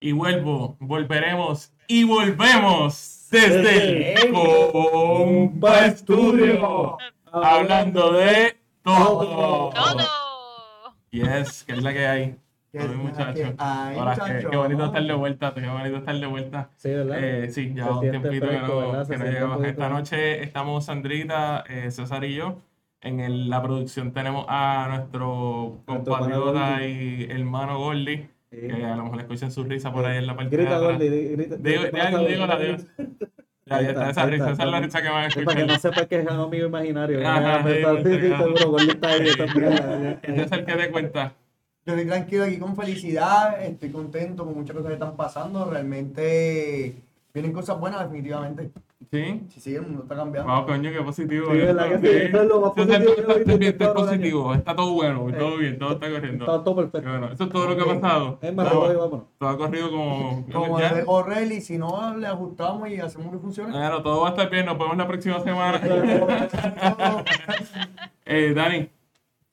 y vuelvo, volveremos y volvemos desde el Compa Este, Estudio, hablando de todo. Todo. Yes, que es la que hay. Que Ay, es la muchacho. que hay, Ahora, qué, muchacho. qué bonito estar de vuelta, qué bonito estar de vuelta. Sí, ¿verdad? Eh, sí, ya Se un siente tiempito que fresco, no, ¿verdad? Se que no siente un llegamos. poquito- Esta noche estamos Sandrita, eh, César y yo. En el- la producción tenemos a nuestro Nuestro pana compatriota y Gordy. hermano Gordy, Sí. que a lo mejor le escuchan su risa por ahí en la parte de Grita, atrás. Gordy, di- grita. Digo, Vas ya, a ver. digo la digo. Ya, Ahí ya está, está, esa ahí risa, está, esa es la está. risa que van a Sí, para que escuchar. no sepa que es un amigo imaginario. Ajá, Ajá, sí, sí, sí, seguro, Gordy está ahí, está Ya, mirando. ya, Ese ya. es el que te cuenta. Yo estoy tranquilo aquí con felicidad, estoy contento con muchas cosas que están pasando. Realmente vienen cosas buenas, definitivamente. ¿Sí? Si sigue, el mundo está cambiando. Wow, coño, qué positivo. Sí, ¿verdad que sí? Eso es lo más Yo siento positivo que que yo he está- visto en está todo el año. este positivo, está todo bueno, todo bien, todo está corriendo. Está todo Qué perfecto. bueno, eso es todo lo que ha pasado. Es más, Todo- Roy, vámonos. Todo ha corrido como. Como ya. debe correr y si no, le ajustamos y hacemos que funcione. Claro, todo va a estar bien, nos vemos la próxima semana. eh, Dani,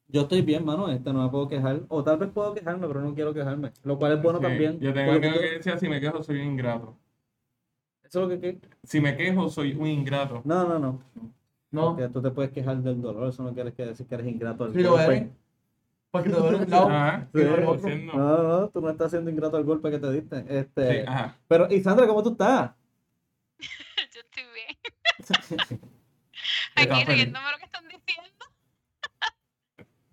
Yo estoy bien, mano, este, no me puedo quejar. O tal vez puedo quejarme, pero no quiero quejarme. Lo cual es bueno sí, también. eh, yo tengo porque tengo yo- que decir, si me quejo, soy un ingrato. Eso es lo que. que- Si me quejo, soy un ingrato. No, no, no. No, Porque tú te puedes quejar del dolor, eso no quiere que decir que eres ingrato al Sí, lo golpe. eres. porque te duele un lado. Ajá, Sí, Ah, ¿qué estoy no, haciendo? No, no, tú no estás siendo ingrato al golpe que te diste. Este, Sí, ajá. pero, y Sandra, ¿cómo tú estás? Yo estoy bien. Estaba Aquí feliz. riéndome lo que están diciendo.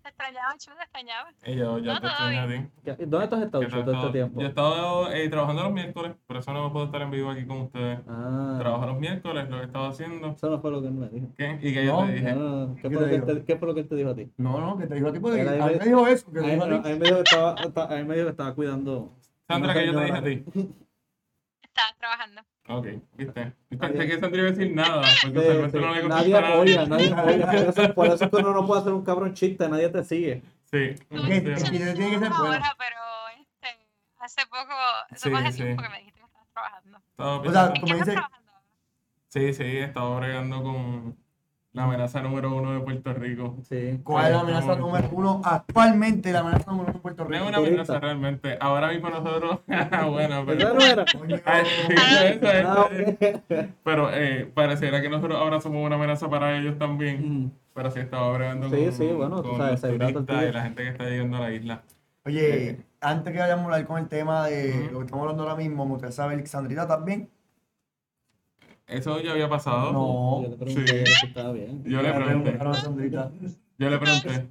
Te extrañaba, chulo, te extrañaba. Y yo, yo No, te todo extraño a ti. ¿Qué- ¿Dónde tú has estado ¿Qué tal todo este todo? tiempo? Yo he estado eh, trabajando los miércoles, por eso no puedo estar en vivo aquí con ustedes. Ah, Trabajo los miércoles, lo que he estado haciendo. eso no fue lo que él me dijo. ¿Qué? Y que yo No, te dije. No, no, no. ¿Qué, ¿Qué fue lo te que él dijo? te- qué fue lo que él te dijo a ti? No, no, que te dijo a ti porque Era a mí de- me dijo eso. Que A te mí, dijo a no, a ti. mí me dijo que estaba, esta- a mí me dijo que estaba cuidando. Sandra, que yo te dije señora. a ti. Estaba trabajando. Ok, viste. Yo Pensé que Sandra iba a decir nada, porque Sí, usualmente sí. no le Nadie contesta a apoya, nadie apoya. Por eso, por eso es que uno no puede hacer un cabrón chiste, nadie te sigue. Sí. Tú- Que- tú- que tú tiene que ser no buena. ahora, pero este, hace poco, eso Sí, fue hace sí. tiempo que me dijiste que estabas trabajando. Estaba O sea, pensando- ¿En qué Tú me estás dices- trabajando? Sí, sí, he estado bregando con la amenaza número uno de Puerto Rico. Sí. ¿Cuál es la amenaza número uno? Actualmente la amenaza número uno en Puerto No es Rico. una amenaza realmente. Ahora mismo nosotros, bueno, ¿Esa pero, no era? Coño. Ay, sí, eso es, Ah, eso ok. es. pero eh, pareciera que nosotros ahora somos una amenaza para ellos también. Mm. Pero sí, estaba bregando Sí, con, sí, bueno, tú con sabes, los el dato turistas tuyo. y la gente que está llegando a la isla. Oye, antes que vayamos a hablar con el tema de lo que estamos hablando ahora mismo, me gustaría saber, ¿Sandrita también? Eso ya había pasado. No. Yo te pregunté si estaba bien. Yo le Ya pregunté. preguntaron a Sandrita. Yo le pregunté.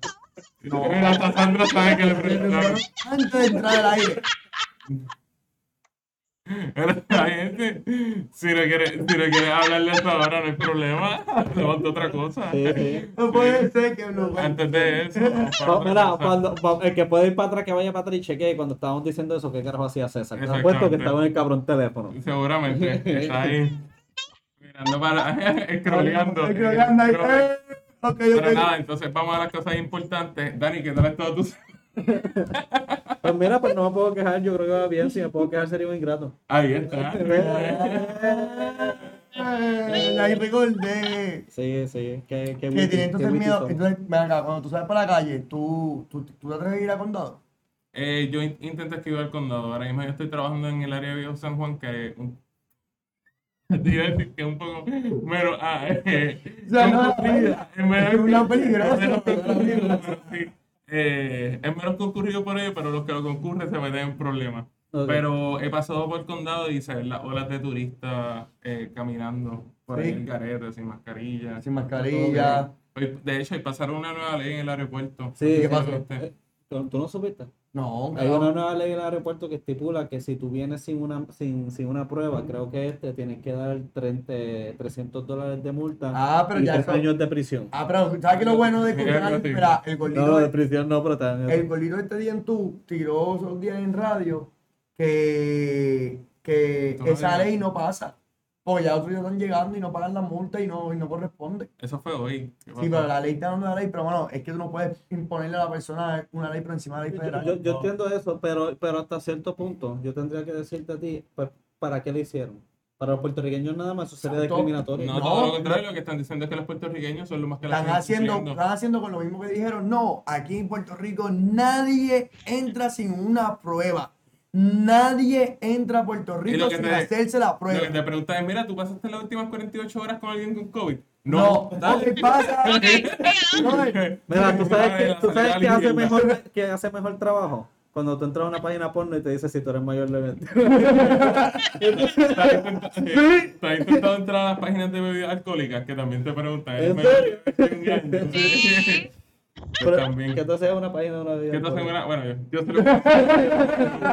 Mira, hasta Sandra sabe que le preguntaron. Antes de entrar al aire. Pero la gente, si no quieres si no quiere hablarle hasta ahora, no hay problema. Levanta otra cosa. Sí, sí. No puede ser que lo Antes de eso. para No, mira, otra cosa. cuando, pa- el que puede ir para atrás que vaya para atrás y chequee. y Cuando estábamos diciendo eso, ¿qué carajo hacía César? Te apuesto que Exactamente. estaba en el cabrón teléfono. Seguramente está ahí mirando para. escroleando. Escroleando ahí. Eh, ok, Pero ok. nada, entonces vamos a las cosas importantes. Dani, ¿qué tal ha estado tu Pues mira, pues no me puedo quejar. Yo creo que va bien. Si me puedo quejar, sería un ingrato. Ahí está. Este, Eh, Ahí recordé. Sí, sí. Qué, qué Que witty, tiene qué entonces witty miedo. somos. Entonces, ven acá, cuando tú sales para la calle, ¿tú, tú, tú te atreves a ir a condado? Eh, yo in- intento esquivar el condado. Ahora mismo yo estoy trabajando en el área de Viejo San Juan, que es un... te iba a decir que es un poco menos... Ah, eh, O sea, no, concurrida, es menos- es un lado peligroso, es menos pero no concurrido, peligroso. pero sí. Eh, es menos concurrido por ello, pero los que lo concurren se meten en problemas. Ok. Pero he pasado por el condado y se ven las olas de turistas eh, caminando por ahí Sí. en carete, sin mascarilla. Sin mascarilla. Hoy- De hecho, hoy pasaron una nueva ley en el aeropuerto. Sí, ¿Qué ¿Qué pasó? este, ¿Tú tú no supiste? No, Hay claro. una nueva ley del aeropuerto que estipula que si tú vienes sin una, sin, sin una prueba, creo que este, tienes que dar 30, 300 dólares de multa Ah, pero y ya tres eso- años de prisión. Ah, pero ¿sabes qué es lo bueno de Mira, escuchar? yo te- Espera, el No, Ah, gordito, de prisión no, pero te dan el gordito este día en tú tiró esos días en radio que, que Tú no esa digas. ley no pasa. Porque ya otros días están llegando y no pagan la multa y no, y no corresponde. Eso fue hoy. ¿Qué Sí, pasó? pero la ley está dando una ley, pero bueno, es que tú no puedes imponerle a la persona una ley por encima de la ley Yo, federal. yo- yo entiendo eso, pero, pero hasta cierto punto yo tendría que decirte a ti, pues, ¿para qué lo hicieron? Para los puertorriqueños nada más, eso sería Exacto. discriminatorio. No, No, todo lo no. contrario, lo que están diciendo es que los puertorriqueños son los más que la Están están haciendo, sufriendo. están haciendo con lo mismo que dijeron, no, aquí en Puerto Rico nadie entra sin una prueba. Nadie entra a Puerto Y lo Rico que sin te- hacerse la Lo que prueba. te preguntas es, mira, ¿tú pasaste las últimas 48 horas con alguien con COVID? No, No. no dale. te pasa. Ok, venga. brother. Mira, tú sabes, Madre, que, la tú sabes salida que, hace mierda. mejor, que hace mejor trabajo. Cuando tú entras a una página porno y te dice si tú eres mayor de 20. Estás intenta- eh, estás intentando entrar a las páginas de bebidas alcohólicas que también te preguntan. ¿eres ¿En mayor serio? de 21 años? Sí. Yo Pero, también. Que entonces es una página de una vida. ¿Qué te hace porno. una- Bueno, yo, yo sé lo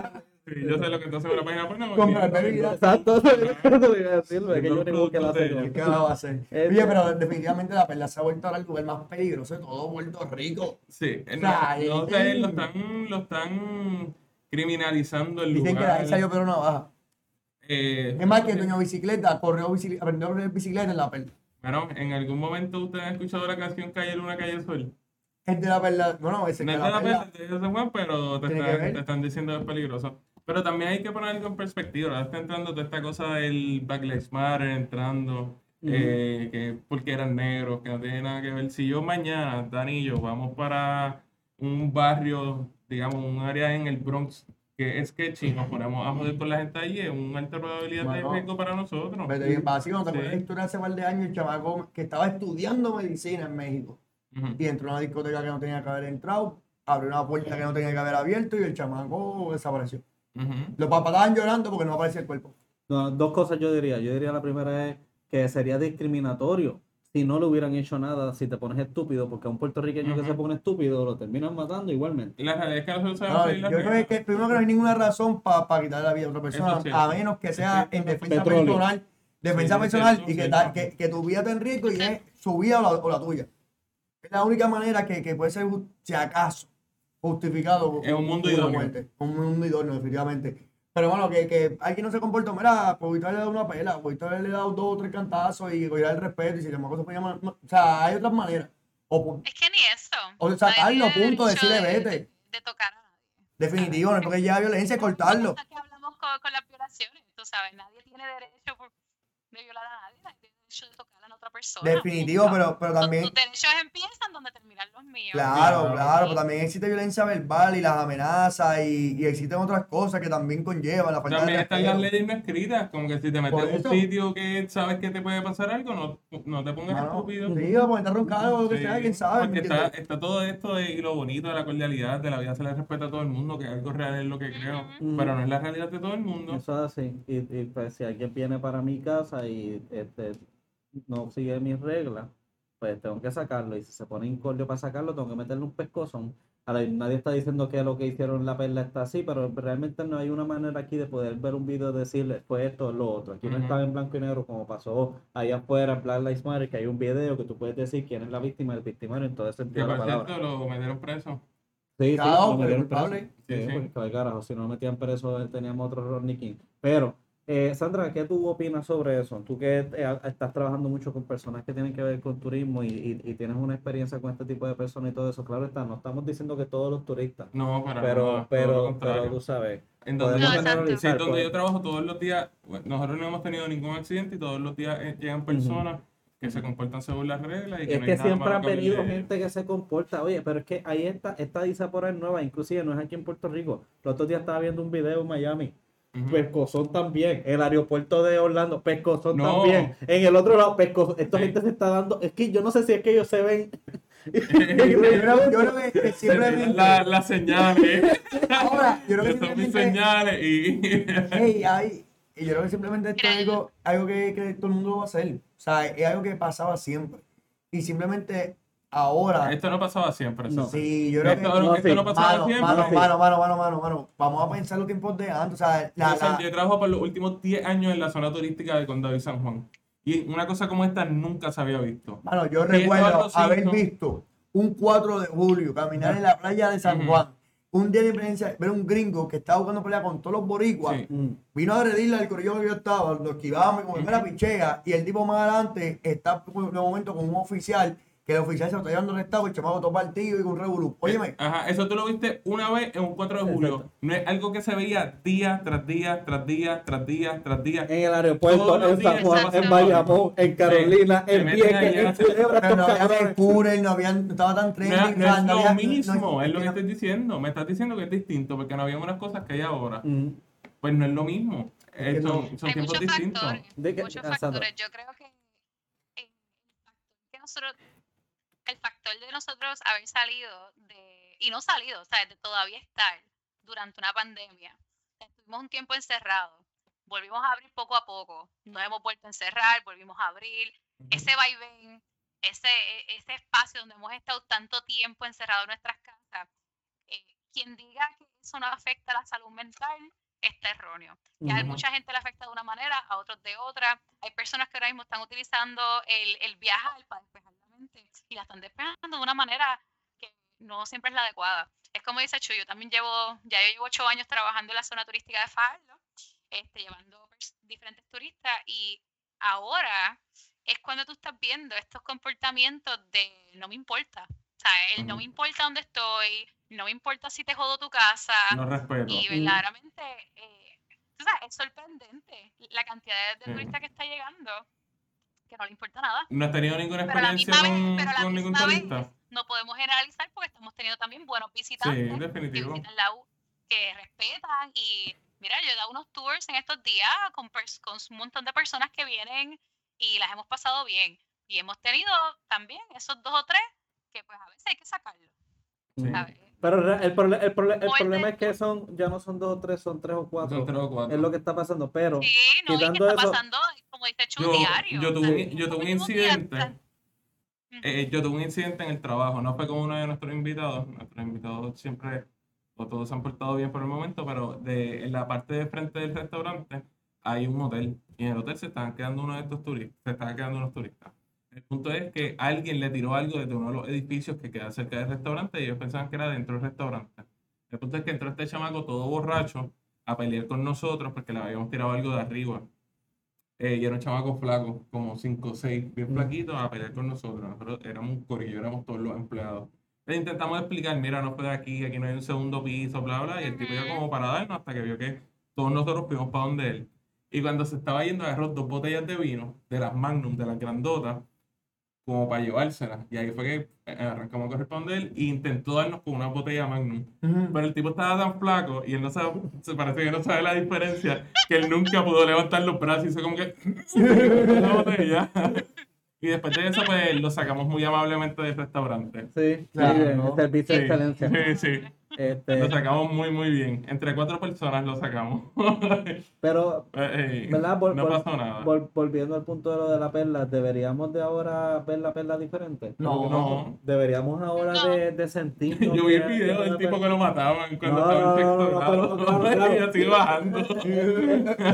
que... Sí, yo sé lo que te hace una página porno. porque- Comprar bebidas. Exacto, eso es lo que te iba a decir, Sí, que yo los ni busqué la productos de serie. ellos. ¿Qué va a hacer? Este- Oye, pero definitivamente la perla se ha vuelto ahora el lugar más peligroso de todo Puerto Rico. Sí, eh, sea, no, no eh, sé, eh. lo están, lo están criminalizando el Dicen que de lugar. ahí salió pero no baja. Eh, Es más que dueño de bicicleta, corrió bicicleta, aprendió a correr bicicleta en la perla. Bueno, en algún momento ustedes han escuchado la canción Calle Luna, Calle Sol. Es de la perla, bueno, ese No que es la de la perla. pena, de San Juan, pero te, Tiene está- que ver. te están diciendo que es peligroso. Pero también hay que ponerlo en perspectiva. Ahora está entrando toda esta cosa del Black Lives Matter, entrando, eh, que porque eran negros, que no tiene nada que ver. Si yo mañana, Dani y yo, vamos para un barrio, digamos, un área en el Bronx que es sketchy, y nos ponemos a joder con la gente allí, es una alta probabilidad Bueno. de riesgo para nosotros. Vete bien vacío, ¿no Sí. te acuerdas de la historia hace par de años, el chamaco que estaba estudiando medicina en México Ujú. y entró a una discoteca que no tenía que haber entrado, abrió una puerta que no tenía que haber abierto y el chamaco desapareció. Ujú. Los papás estaban llorando porque no aparecía el cuerpo. No, dos cosas yo diría. Yo diría la primera es que sería discriminatorio si no le hubieran hecho nada, si te pones estúpido, porque a un puertorriqueño que Ujú. se pone estúpido lo terminan matando igualmente. La realidad es que nosotros sabemos No, seguir yo las creo reglas. que primero que no hay ninguna razón para quitarle la vida a otra persona, Eso sí. a menos que sea en defensa Petróleo. personal, Sí, defensa sí, personal eso y que, sí. ta- que, que tu vida te en riesgo y es su vida o la, o la tuya. Es la única manera que, que puede ser, ju- si acaso, justificado. Es un mundo una idóneo. muerte. Un mundo idóneo, definitivamente. Pero bueno, que, que alguien no se comportó, mira, pues Covito le da una pela, Covito le da dos o tres cantazos y cuidar el respeto y si le mocos se puede llamar. no, o sea, hay otras maneras. O, pues, pu- Es que ni eso. o sacarlo, Nadie tiene punto, derecho decirle de- vete. De tocar a nadie. Definitivo, no es porque lleva violencia, cortarlo. Aquí hablamos con, con las violaciones, tú sabes, nadie tiene derecho por- de violar a nadie, nadie tiene derecho de tocar a la otra persona. Definitivo, punto. pero, pero Tus- también, Tus derechos empiezan donde terminan los míos. claro, claro, pero también existe violencia verbal y las amenazas y, y existen otras cosas que también conllevan la falta También de están las respeto. leyes no escritas, como que si te metes Pues eh, Por en un eso. sitio que sabes que te puede pasar algo, no, no te pongas Mano, estúpido. Sí, o por estar roncado o lo que Sí, sea, quién sabe. ¿me Porque está, entiendes? está todo esto de, y lo bonito de la cordialidad, de la vida se le respeta a todo el mundo, que algo real es lo que creo, Mm. Ujú. pero no es la realidad de todo el mundo. Eso es así. Y, y, pues, si alguien viene para mi casa y este, no sigue mis reglas, pues tengo que sacarlo. Y si se pone incordio para sacarlo, tengo que meterle un pescozón. Ahora, nadie está diciendo que lo que hicieron en la perla está así, pero realmente no hay una manera aquí de poder ver un video y decirle fue esto o lo otro. Aquí no Ujú. está en blanco y negro como pasó allá afuera en Black Lives Matter, que hay un video que tú puedes decir quién es la víctima, el victimario, en todo el Que sentido de por la palabra. cierto lo metieron preso. Sí, sí, Claro, lo pero metieron preso. culpable. Sí, Sí, sí. porque, ay, carajo, si no lo metían preso, eh, teníamos otro Rodney King. Pero, eh, Sandra, ¿qué tú opinas sobre eso? Tú que eh, a- estás trabajando mucho con personas que tienen que ver con turismo y, y- y tienes una experiencia con este tipo de personas y todo eso. Claro está, no estamos diciendo que todos los turistas, No, para nada, pero, todo lo pero, contrario. pero tú sabes. En donde Podemos yo- exacto. Sí, generalizar. donde pues. yo trabajo todos los días, bueno, nosotros no hemos tenido ningún accidente y todos los días eh, llegan personas que se comportan según las reglas y que es no que hay nada siempre malo han que hablar de venido ello. gente que se comporta, oye, pero es que ahí está, esta diáspora es nueva, inclusive no es aquí en Puerto Rico. Los otros días estaba viendo un video en Miami Ujú. Pescozón también. El aeropuerto de Orlando, Pescozón No. también. En el otro lado, Pescozón. Esta Sí. gente se está dando. Es que yo no sé si es que ellos se ven. Yo creo, yo creo que, que simplemente. La- las señales. Ahora, yo creo que Estas son mis simplemente. señales y. Hey, ay, y yo creo que simplemente esto es algo, algo que, que todo el mundo lo va a hacer. O sea, es algo que pasaba siempre. Y simplemente ahora. Esto no pasaba siempre. Ah. No. César. Sí, yo creo que. esto no, No, esto sí. no pasaba Mano, siempre. mano, Sí. mano, mano, mano, mano, mano. Vamos a pensar los tiempos de antes. O sea, la, César, la- Yo trabajo por los últimos 10 años en la zona turística de Condado y San Juan. Y una cosa como esta nunca se había visto. mano, yo Sí, recuerdo Eduardo, sí, haber no. visto un 4 de julio caminar en la playa de San Ujú. Juan. Un día de emergencia, ver un gringo que estaba jugando pelea con todos los boricuas. Sí. Mm. Vino a agredirle al corillo que yo estaba, lo esquivábamos y como era pichea, y el tipo más adelante está en un momento con un oficial que el oficial se lo está llevando arrestado, el chamaco todo partido y con un revolú. Óyeme, Ajá, eso tú lo viste una vez en un 4 de julio. Exacto. No es algo que se veía día tras día, tras día, tras día, tras día. En el aeropuerto, Todos los en San días Juan, pasan en cosas. Bayamón, en Carolina, Sí, te en meten Vieques, allá. en Culebra, pero no estos había cabrones. Mercurio, no había, no estaba tan No, trendy. no o sea, es no lo había- no- no- mismo, es lo que no- estoy diciendo. Me estás diciendo que es distinto porque no había unas cosas que hay ahora. Mm. Pues no es lo mismo. Eh, que no. son son Hay tiempos muchos distintos. factores. ¿De qué? Muchos Ah, Sandra. factores. Yo creo que eh, el factor que nosotros, el factor de nosotros haber salido de, y no salido, o sea, de todavía estar durante una pandemia. O sea, Estuvimos un tiempo encerrados. Volvimos a abrir poco a poco. Nos hemos vuelto a encerrar, volvimos a abrir. Ese vaivén, ese, e- ese espacio donde hemos estado tanto tiempo encerrados en nuestras casas. eh, quien diga que eso no afecta a la salud mental está erróneo. Que a Ujú. mucha gente le afecta de una manera, a otros de otra. Hay personas que ahora mismo están utilizando el, el viajar para despejar la mente y la están despejando de una manera que no siempre es la adecuada. Es como dice Chu, yo también llevo, ya yo llevo ocho años trabajando en la zona turística de Fajardo, este, llevando pers- diferentes turistas y ahora es cuando tú estás viendo estos comportamientos de no me importa. O sea, el no Ujú. me importa dónde estoy, no me importa si te jodo tu casa, No respeto. y Ujú. verdaderamente, eh, tú sabes, es sorprendente la cantidad de, de Sí. turistas que está llegando, que no le importa nada. No has tenido ninguna Pero a la experiencia misma con, vez, pero a la con ningún misma vez, turista. no podemos generalizar porque estamos teniendo también buenos Sí, visitantes que definitivo. visitan la U, que respetan y mira, yo he dado unos tours en estos días con, pers- con un montón de personas que vienen y las hemos pasado bien. Y hemos tenido también esos dos o tres que pues a veces hay que sacarlos. Sí. ¿sabes? Pero re- el, prole- el, prole- el Vuelve. problema es que son, ya no son dos o tres, son tres o cuatro. Son tres o cuatro. Es lo que está pasando, pero Sí, Eh, no, y que quitando está eso- pasando, como dice Chu, yo, diario. yo o tuve, sea, un- yo tuve un mínimo día- incidente. Ujú. eh, yo tuve un incidente en el trabajo, no fue con uno de nuestros invitados. Nuestros invitados siempre, o todos se han portado bien por el momento, pero de, en la parte de frente del restaurante hay un hotel. Y en el hotel se estaban quedando uno de estos turistas, se estaban quedando unos turistas. El punto es que alguien le tiró algo desde uno de los edificios que queda cerca del restaurante y ellos pensaban que era dentro del restaurante. El punto es que entró este chamaco todo borracho a pelear con nosotros porque le habíamos tirado algo de arriba. Eh, y era un chamaco flaco, como 5 o 6, bien Mm. flaquito, a pelear con nosotros. Nosotros éramos un corillo, éramos todos los empleados. Le intentamos explicar, mira, no fue de aquí, aquí no hay un segundo piso, bla, bla. Y el tipo iba Ujú. como para darnos hasta que vio que todos nosotros fuimos para donde él. Y cuando se estaba yendo, agarró dos botellas de vino, de las Magnum, de las grandotas, como para llevárselas. Y ahí fue que eh, arrancamos a corresponder e intentó darnos con una botella Magnum. Ujú. Pero el tipo estaba tan flaco y él no sabe, se parece que no sabe la diferencia, que él nunca pudo levantar los brazos y hizo como que. la botella. Y después de eso, pues lo sacamos muy amablemente del restaurante. Sí, Claro, sí, ¿no? el servicio de excelencia. Sí, sí. Este, Lo sacamos muy, muy bien. Entre cuatro personas lo sacamos. Eh, pero eh, ¿Verdad? Vol- no vol- pasó nada. vol- volviendo al punto de lo de la perla, ¿deberíamos de ahora ver la perla diferente? No. No. Deberíamos ahora No. de, de sentir. Yo vi el video del tipo que lo mataban cuando No, estaba en no, no, sexto grado. no, no, no, no, no. Y así bajando. Mira,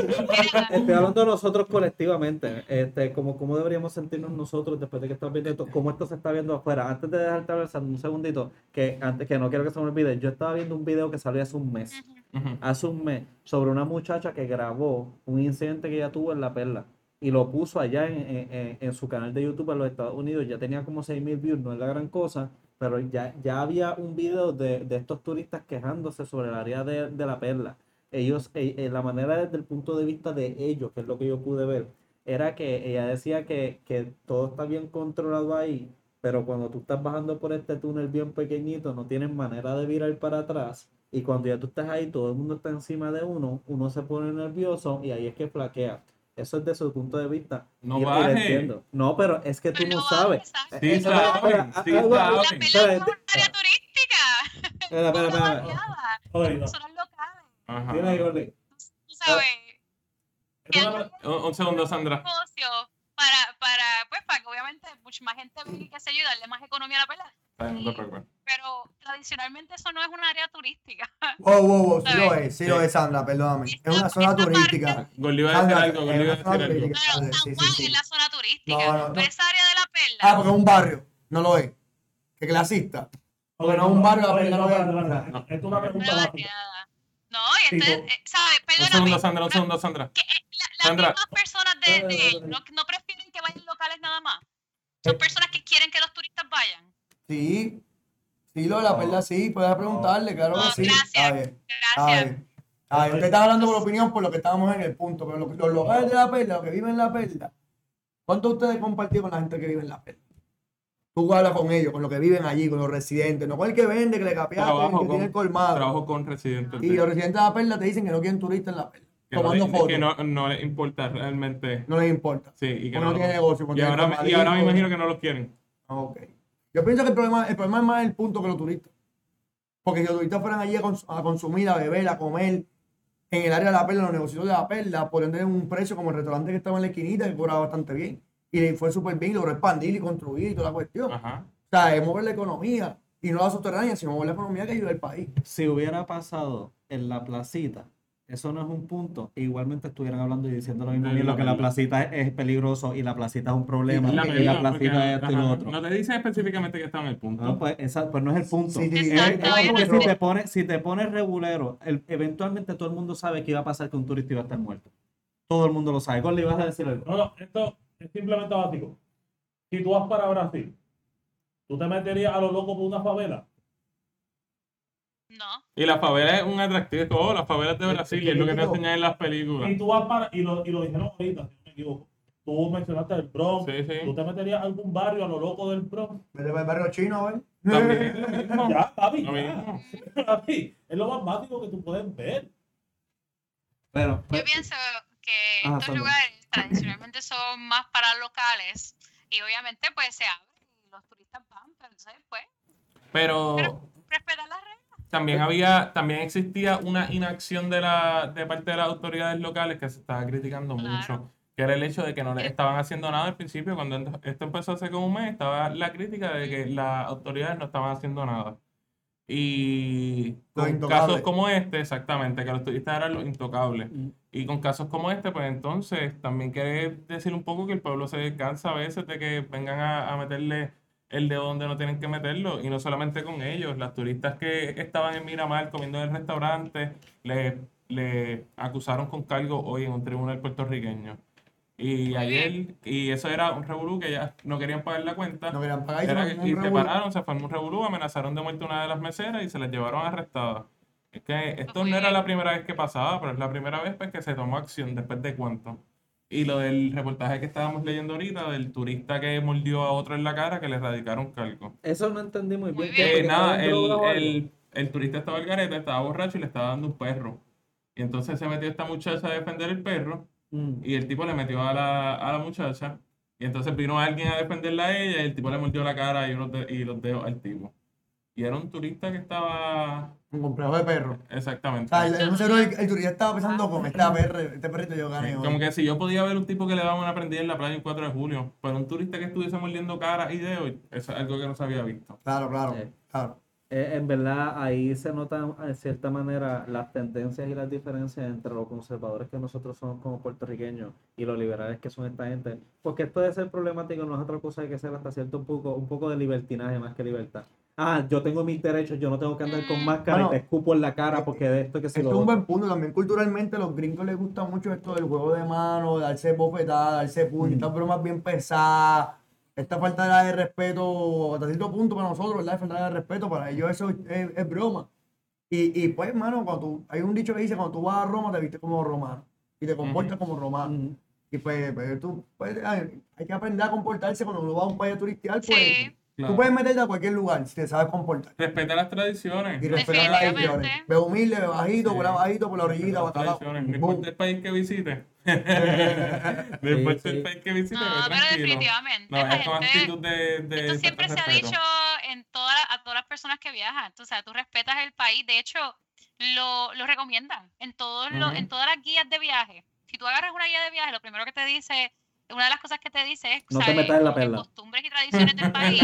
Estoy hablando de nosotros colectivamente, este, como cómo deberíamos sentirnos nosotros después de que estamos viendo esto, cómo esto se está viendo afuera. Antes de dejarte hablar, Sandra, un segundito, que antes que no quiero que se me olvide, yo estaba viendo un video que salió hace un mes, ujú. Ujú. hace un mes, sobre una muchacha que grabó un incidente que ella tuvo en La Perla y lo puso allá en, en- en- en su canal de YouTube en los Estados Unidos, ya tenía como 6.000 views, no es la gran cosa, pero ya, ya había un video de, de estos turistas quejándose sobre el área de, de La Perla ellos, eh, eh, la manera desde el punto de vista de ellos, que es lo que yo pude ver, era que ella decía que, que todo está bien controlado ahí, pero cuando tú estás bajando por este túnel bien pequeñito, no tienes manera de virar para atrás. Y cuando ya tú estás ahí, todo el mundo está encima de uno, uno se pone nervioso y ahí es que flaquea. Eso es de su punto de vista. No Y- y lo baje. entiendo. No, pero es que tú Pero no no sabes. baje, Sí, Eh, eh, espera, saben, espera, sí, ah, ah, La ah, saben. pelea es espera, un área turística, espera, espera, una espera. variada, Jordi, no. son locales, Ajá. Dile ahí, Jordi. tú Ah. sabes, que Esto hay no- Un- un segundo, Sandra. negocio para, para, pues, para que obviamente mucha más gente venga y que se ayude, darle más economía a la pelea, Ay, no te preocupes. pero tradicionalmente eso no es un área turística. Oh, wow, wow, sí A lo ver. es, sí lo es, Sandra, perdóname. Es una zona Esta parte- turística. Ah, Gordy iba a decir Sandra, algo, Gordy es iba a una zona decir algo. turística. Claro, Sí, San sí, Juan sí. es la zona turística, No, no, no. pero esa área de la perla, Ah, porque es un barrio, no lo es. Qué clasista. Porque no es un barrio, la Oye, pelea no, no es. para, para, para. Esto es una una pregunta básica. variada. No, y entonces, Tito. eh, ¿sabes? Un Perdóname. segundo, Sandra, un una- segundo, Sandra. que eh, la- las Sandra. Eh. mismas personas de, Dale, de dale, ellos dale. no, no prefieren que vayan locales nada más. Son personas que quieren que los turistas vayan. Sí, sí, lo de Ah. la perla, sí, puedes preguntarle, claro Oh, que sí. gracias, A ver, a Gracias. ver. A ver, usted está hablando por opinión por lo que estábamos en el punto, pero lo- los locales de la perla, los que viven en la perla, ¿cuánto ustedes compartido con la gente que vive en la perla? Tú hablas con ellos, con los que viven allí, con los residentes, no con el que vende, que le capea, Trabajo que tiene con- el colmado. Trabajo con residentes. Ah. Y los residentes de la perla te dicen que no quieren turistas en la perla, que no tomando le- fotos. Que no, no les importa realmente. no les importa. Sí, y que Porque no no, tiene negocio, porque Y es ahora, me- y ahora me camarín, imagino que no los quieren. Ah, Ok. Yo pienso que el problema, el problema es más el punto que los turistas. Porque si los turistas fueran allí a, cons- a consumir, a beber, a comer, en el área de la perla, en los negocios de la perla, por tener un precio como el restaurante que estaba en la esquinita, que cobraba bastante bien. Y le fue súper bien, y logró expandir y construir y toda la cuestión. Ajá. O sea, es mover la economía. Y no la subterránea, sino mover la economía que ayuda al país. Si hubiera pasado en la placita, eso no es un punto. e Igualmente estuvieran hablando y diciendo lo mismo, De y lo la que la perla. placita es, es peligroso y la placita es un problema Sí, y la este la, película, porque, placita es esto y lo ajá, otro. No te dicen específicamente que está en el punto. Ah. No, pues, esa- pues no es el punto. Sí, sí, Es- sí, Exacto, es es porque el punto. si te pones, si te pones regulero, el- eventualmente todo el mundo sabe que iba a pasar que un turista iba a estar muerto. Todo el mundo lo sabe. ¿Cuál le ibas a decir algo? No, no, esto es simplemente básico. Si tú vas para Brasil, ¿tú te meterías a lo loco por una favela? No. Y la favela es un atractivo. Oh, las favelas de Brasil, es lo que te enseñan en las películas. Y tú vas para, y lo, y lo dijeron ahorita, si no me equivoco. Tú mencionaste el Bronx. Sí, sí. ¿Tú te meterías a algún barrio a lo loco del Bronx? Vete para el barrio chino, a ver. También es lo mismo. Ya, papi, Lo ya. mismo. Papi, es lo más básico que tú puedes ver. Pero, pues, Yo pienso que Ah, Ajá, estos Sandra. lugares tradicionalmente son más para locales y obviamente pues se abren y los turistas van, pero entonces pues Pero respetar las reglas. también había, también existía una inacción de la, de parte de las autoridades locales que se estaba criticando Claro. mucho. Que era el hecho de que no Eh. le estaban haciendo nada al principio. Cuando ent- esto empezó hace como un mes, estaba la crítica de que las autoridades no estaban haciendo nada. Y Los con intocables. casos como este, exactamente, que los turistas eran los intocables. Mm. Y con casos como este, pues entonces también quiere decir un poco que el pueblo se cansa a veces de que vengan a, a meterle el dedo donde no tienen que meterlo. Y no solamente con ellos, las turistas que estaban en Miramar comiendo en el restaurante, le, le acusaron con cargo hoy en un tribunal puertorriqueño. Y ayer, y eso era un revolú que ya no querían pagar la cuenta. No querían pagar y se Era mandaron que- y un se revolú. pararon, se formó un revolú, amenazaron de muerte a una de las meseras y se las llevaron arrestadas. Es que esto no era la primera vez que pasaba, pero es la primera vez pues, que se tomó acción después de cuánto. Y lo del reportaje que estábamos leyendo ahorita, del turista que mordió a otro en la cara, que le radicaron cargo. eso no entendí muy bien. Muy ¿qué? bien. Eh, Porque nada, estaban el, drogados o algo. el- el turista estaba al garete, estaba borracho y le estaba dando un perro. Y entonces se metió esta muchacha a defender el perro Mm. y el tipo le metió a la, a la muchacha. Y entonces vino alguien a defenderla a ella y el tipo le mordió la cara y, unos de- y los dedos al tipo. Y era un turista que estaba... Un complejo de perro. Exactamente. O sea, el, el, el, el turista estaba pensando con esta perra, este perrito yo gané hoy. Como que si yo podía ver un tipo que le daban una prendida en la playa el 4 de julio, pero un turista que estuviese mordiendo cara y dedos, eso es algo que no se había visto. Claro, claro, Sí. claro. Eh, en verdad, ahí se notan en cierta manera las tendencias y las diferencias entre los conservadores que nosotros somos como puertorriqueños y los liberales que son esta gente. Porque esto de ser problemático no es otra cosa que ser hasta cierto un poco, un poco de libertinaje más que libertad. Ah, yo tengo mis derechos, yo no tengo que andar con máscara Bueno, eh, y te escupo en la cara porque de esto que se Esto es lo un otro. buen punto. También culturalmente a los gringos les gusta mucho esto del juego de mano, darse bofetadas, darse puños, estas bromas bien pesadas. Esta falta de respeto, hasta cierto punto para nosotros, ¿verdad? Falta de respeto, para ellos eso es, es broma. Y, y pues, hermano, cuando tú, hay un dicho que dice, cuando tú vas a Roma, te vistes como romano y te comportas como romano. Mm. Y pues, pues, tú, pues, ay, hay que aprender a comportarse cuando uno va a un país a turistear, pues, Sí. Claro. tú puedes meterte a cualquier lugar si te sabes comportar. Respeta las tradiciones. Y respetar las Definitivamente. tradiciones. Ve humilde, ve bajito, por la bajito, por la orillita, Las bacalao. tradiciones. No Boom. importa el país que visite. No importa sí. el país que visite, No, ve pero tranquilo. definitivamente No, la es con gente- actitud de, de Esto falta siempre de se ha respeto. dicho en toda, a todas las personas que viajan. tú sabes, tú respetas el país. De hecho, lo, lo recomiendan en, todos los, en Ujú. todas las guías de viaje. Si tú agarras una guía de viaje, lo primero que te dice, una de las cosas que te dice es No te ¿sabes? metas en la como que perla. costumbres y tradiciones del país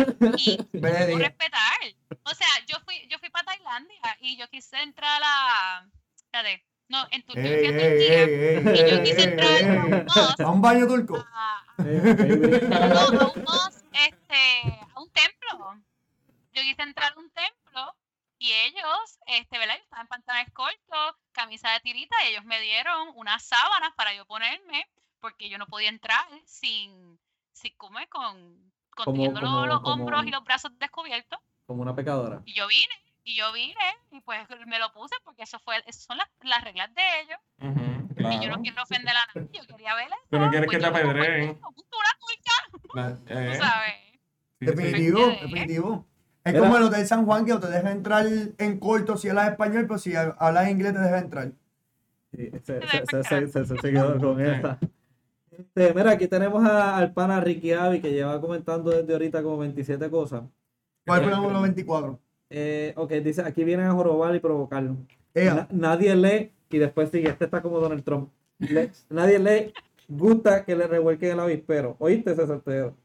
y Ve de tú día. respetar. O sea, yo fui, yo fui para Tailandia y yo quise entrar a. Espérate, no, en Turquía, Ey, en ey, Turquía, ey, Y ey, yo quise ey, entrar ey, a ey. un mosque, ¿A un baño turco? a- Eh, baby. no, a un mos- este, a un templo. Yo quise entrar a un templo y ellos, este, ¿verdad? Yo estaba en pantalones cortos, camisa de tirita, y ellos me dieron unas sábanas para yo ponerme, porque yo no podía entrar sin, sin comer con, conteniendo los- como- los como- hombros y los brazos descubiertos. como una pecadora. Y yo vine, y yo vine, y pues me lo puse porque eso fue, esas son las, las reglas de ellos. Ujú, Y yo no claro. quiero ofender a nadie, yo quería verla. Tú no quieres pues que te yo como, pues, apedreen. como Una turca, La- eh, tú sabes. sí, sí. Definitivo, Efectivamente. definitivo. Es Era- como el Hotel San Juan que no te deja entrar en corto si hablas español, pero si hablas inglés te deja entrar. Sí, se, se, se, se- se- se- se quedó con esa. Este, mira, aquí tenemos a- al pana Ricky Avi que lleva comentando desde ahorita como 27 cosas. ¿Cuál fue el número 24? Eh, ok, dice, aquí vienen a jorobar y provocarlo. Ea, Na- nadie lee y después sigue. Este está como Donald Trump. Le- nadie lee. Gusta que le revuelquen el avispero. ¿Oíste ese sorteo?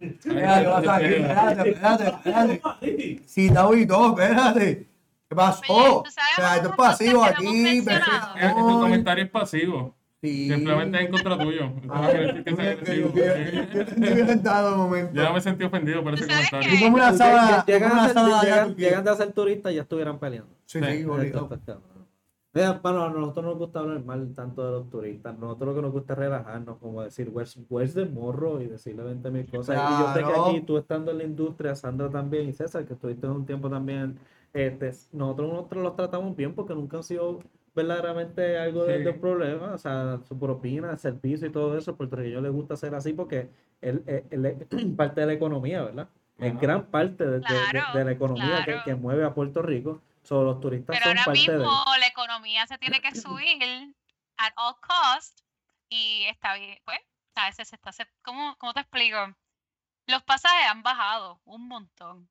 espérate, vas a aquí, espérate, espérate, espérate. Sí, Si está y todo, espérate. ¿Qué pasó? Oye, O ¿tú sabes sea, esto es otras cosas pasivo que no hemos aquí, mencionado? Eh, tu perfecto. comentario es pasivo. Sí. Simplemente es en contra tuyo. Eso no Ah, quiere decir que sea ok, ok, agresivo. ok. Yo sentí violentado de momento. Yo no me sentí ofendido por ese ¿Tú sabes comentario. qué? Tú como una Ustedes sábana, lle- llegan, como a una ser, sábana allá llegan- tú llegan de ser turistas y ya estuvieran peleando. Sí, sí, obligado. Esto está cabrón. Mira, bueno, a nosotros nos gusta hablar mal tanto de los turistas. Nosotros lo que nos gusta es relajarnos, como decir, where's, where's the morro y decirle 20 mil cosas. Y yo sé Claro. que aquí tú estando en la industria, Sandra también y César, que estuviste un tiempo también, este, nosotros, nosotros los tratamos bien porque nunca han sido verdaderamente algo de, Sí. de problema. O sea, su propina, el servicio y todo eso, porque a ellos les gusta ser así porque él- él- él es parte de la economía, ¿verdad? Es Ajá. gran parte de, de- de- Claro, de la economía que- claro. que, mueve a Puerto Rico. So, los turistas Pero son ahora parte de mismo la economía se tiene que subir at all cost y está bien, pues, a veces se está, acep- ¿cómo, cómo te explico? Los pasajes han bajado un montón.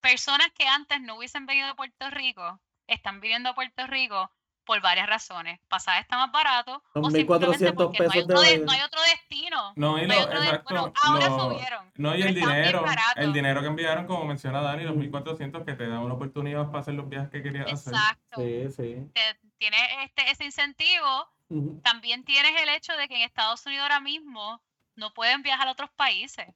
Personas que antes no hubiesen venido a Puerto Rico están viniendo a Puerto Rico por varias razones. Pasaje está más barato Son o simplemente 1.400 porque no hay, pesos de otro de- vaina. no hay otro destino. No, y No lo, hay otro de- exacto. bueno, ahora lo- subieron. no, y pero el están bien dinero, baratos. el dinero que enviaron, como menciona Dani, los 1400 que te da una oportunidad para hacer los viajes que querías hacer. Exacto. Sí, sí. Te- Tienes este, ese incentivo Ujú. también tienes el hecho de que en Estados Unidos ahora mismo no pueden viajar a otros países.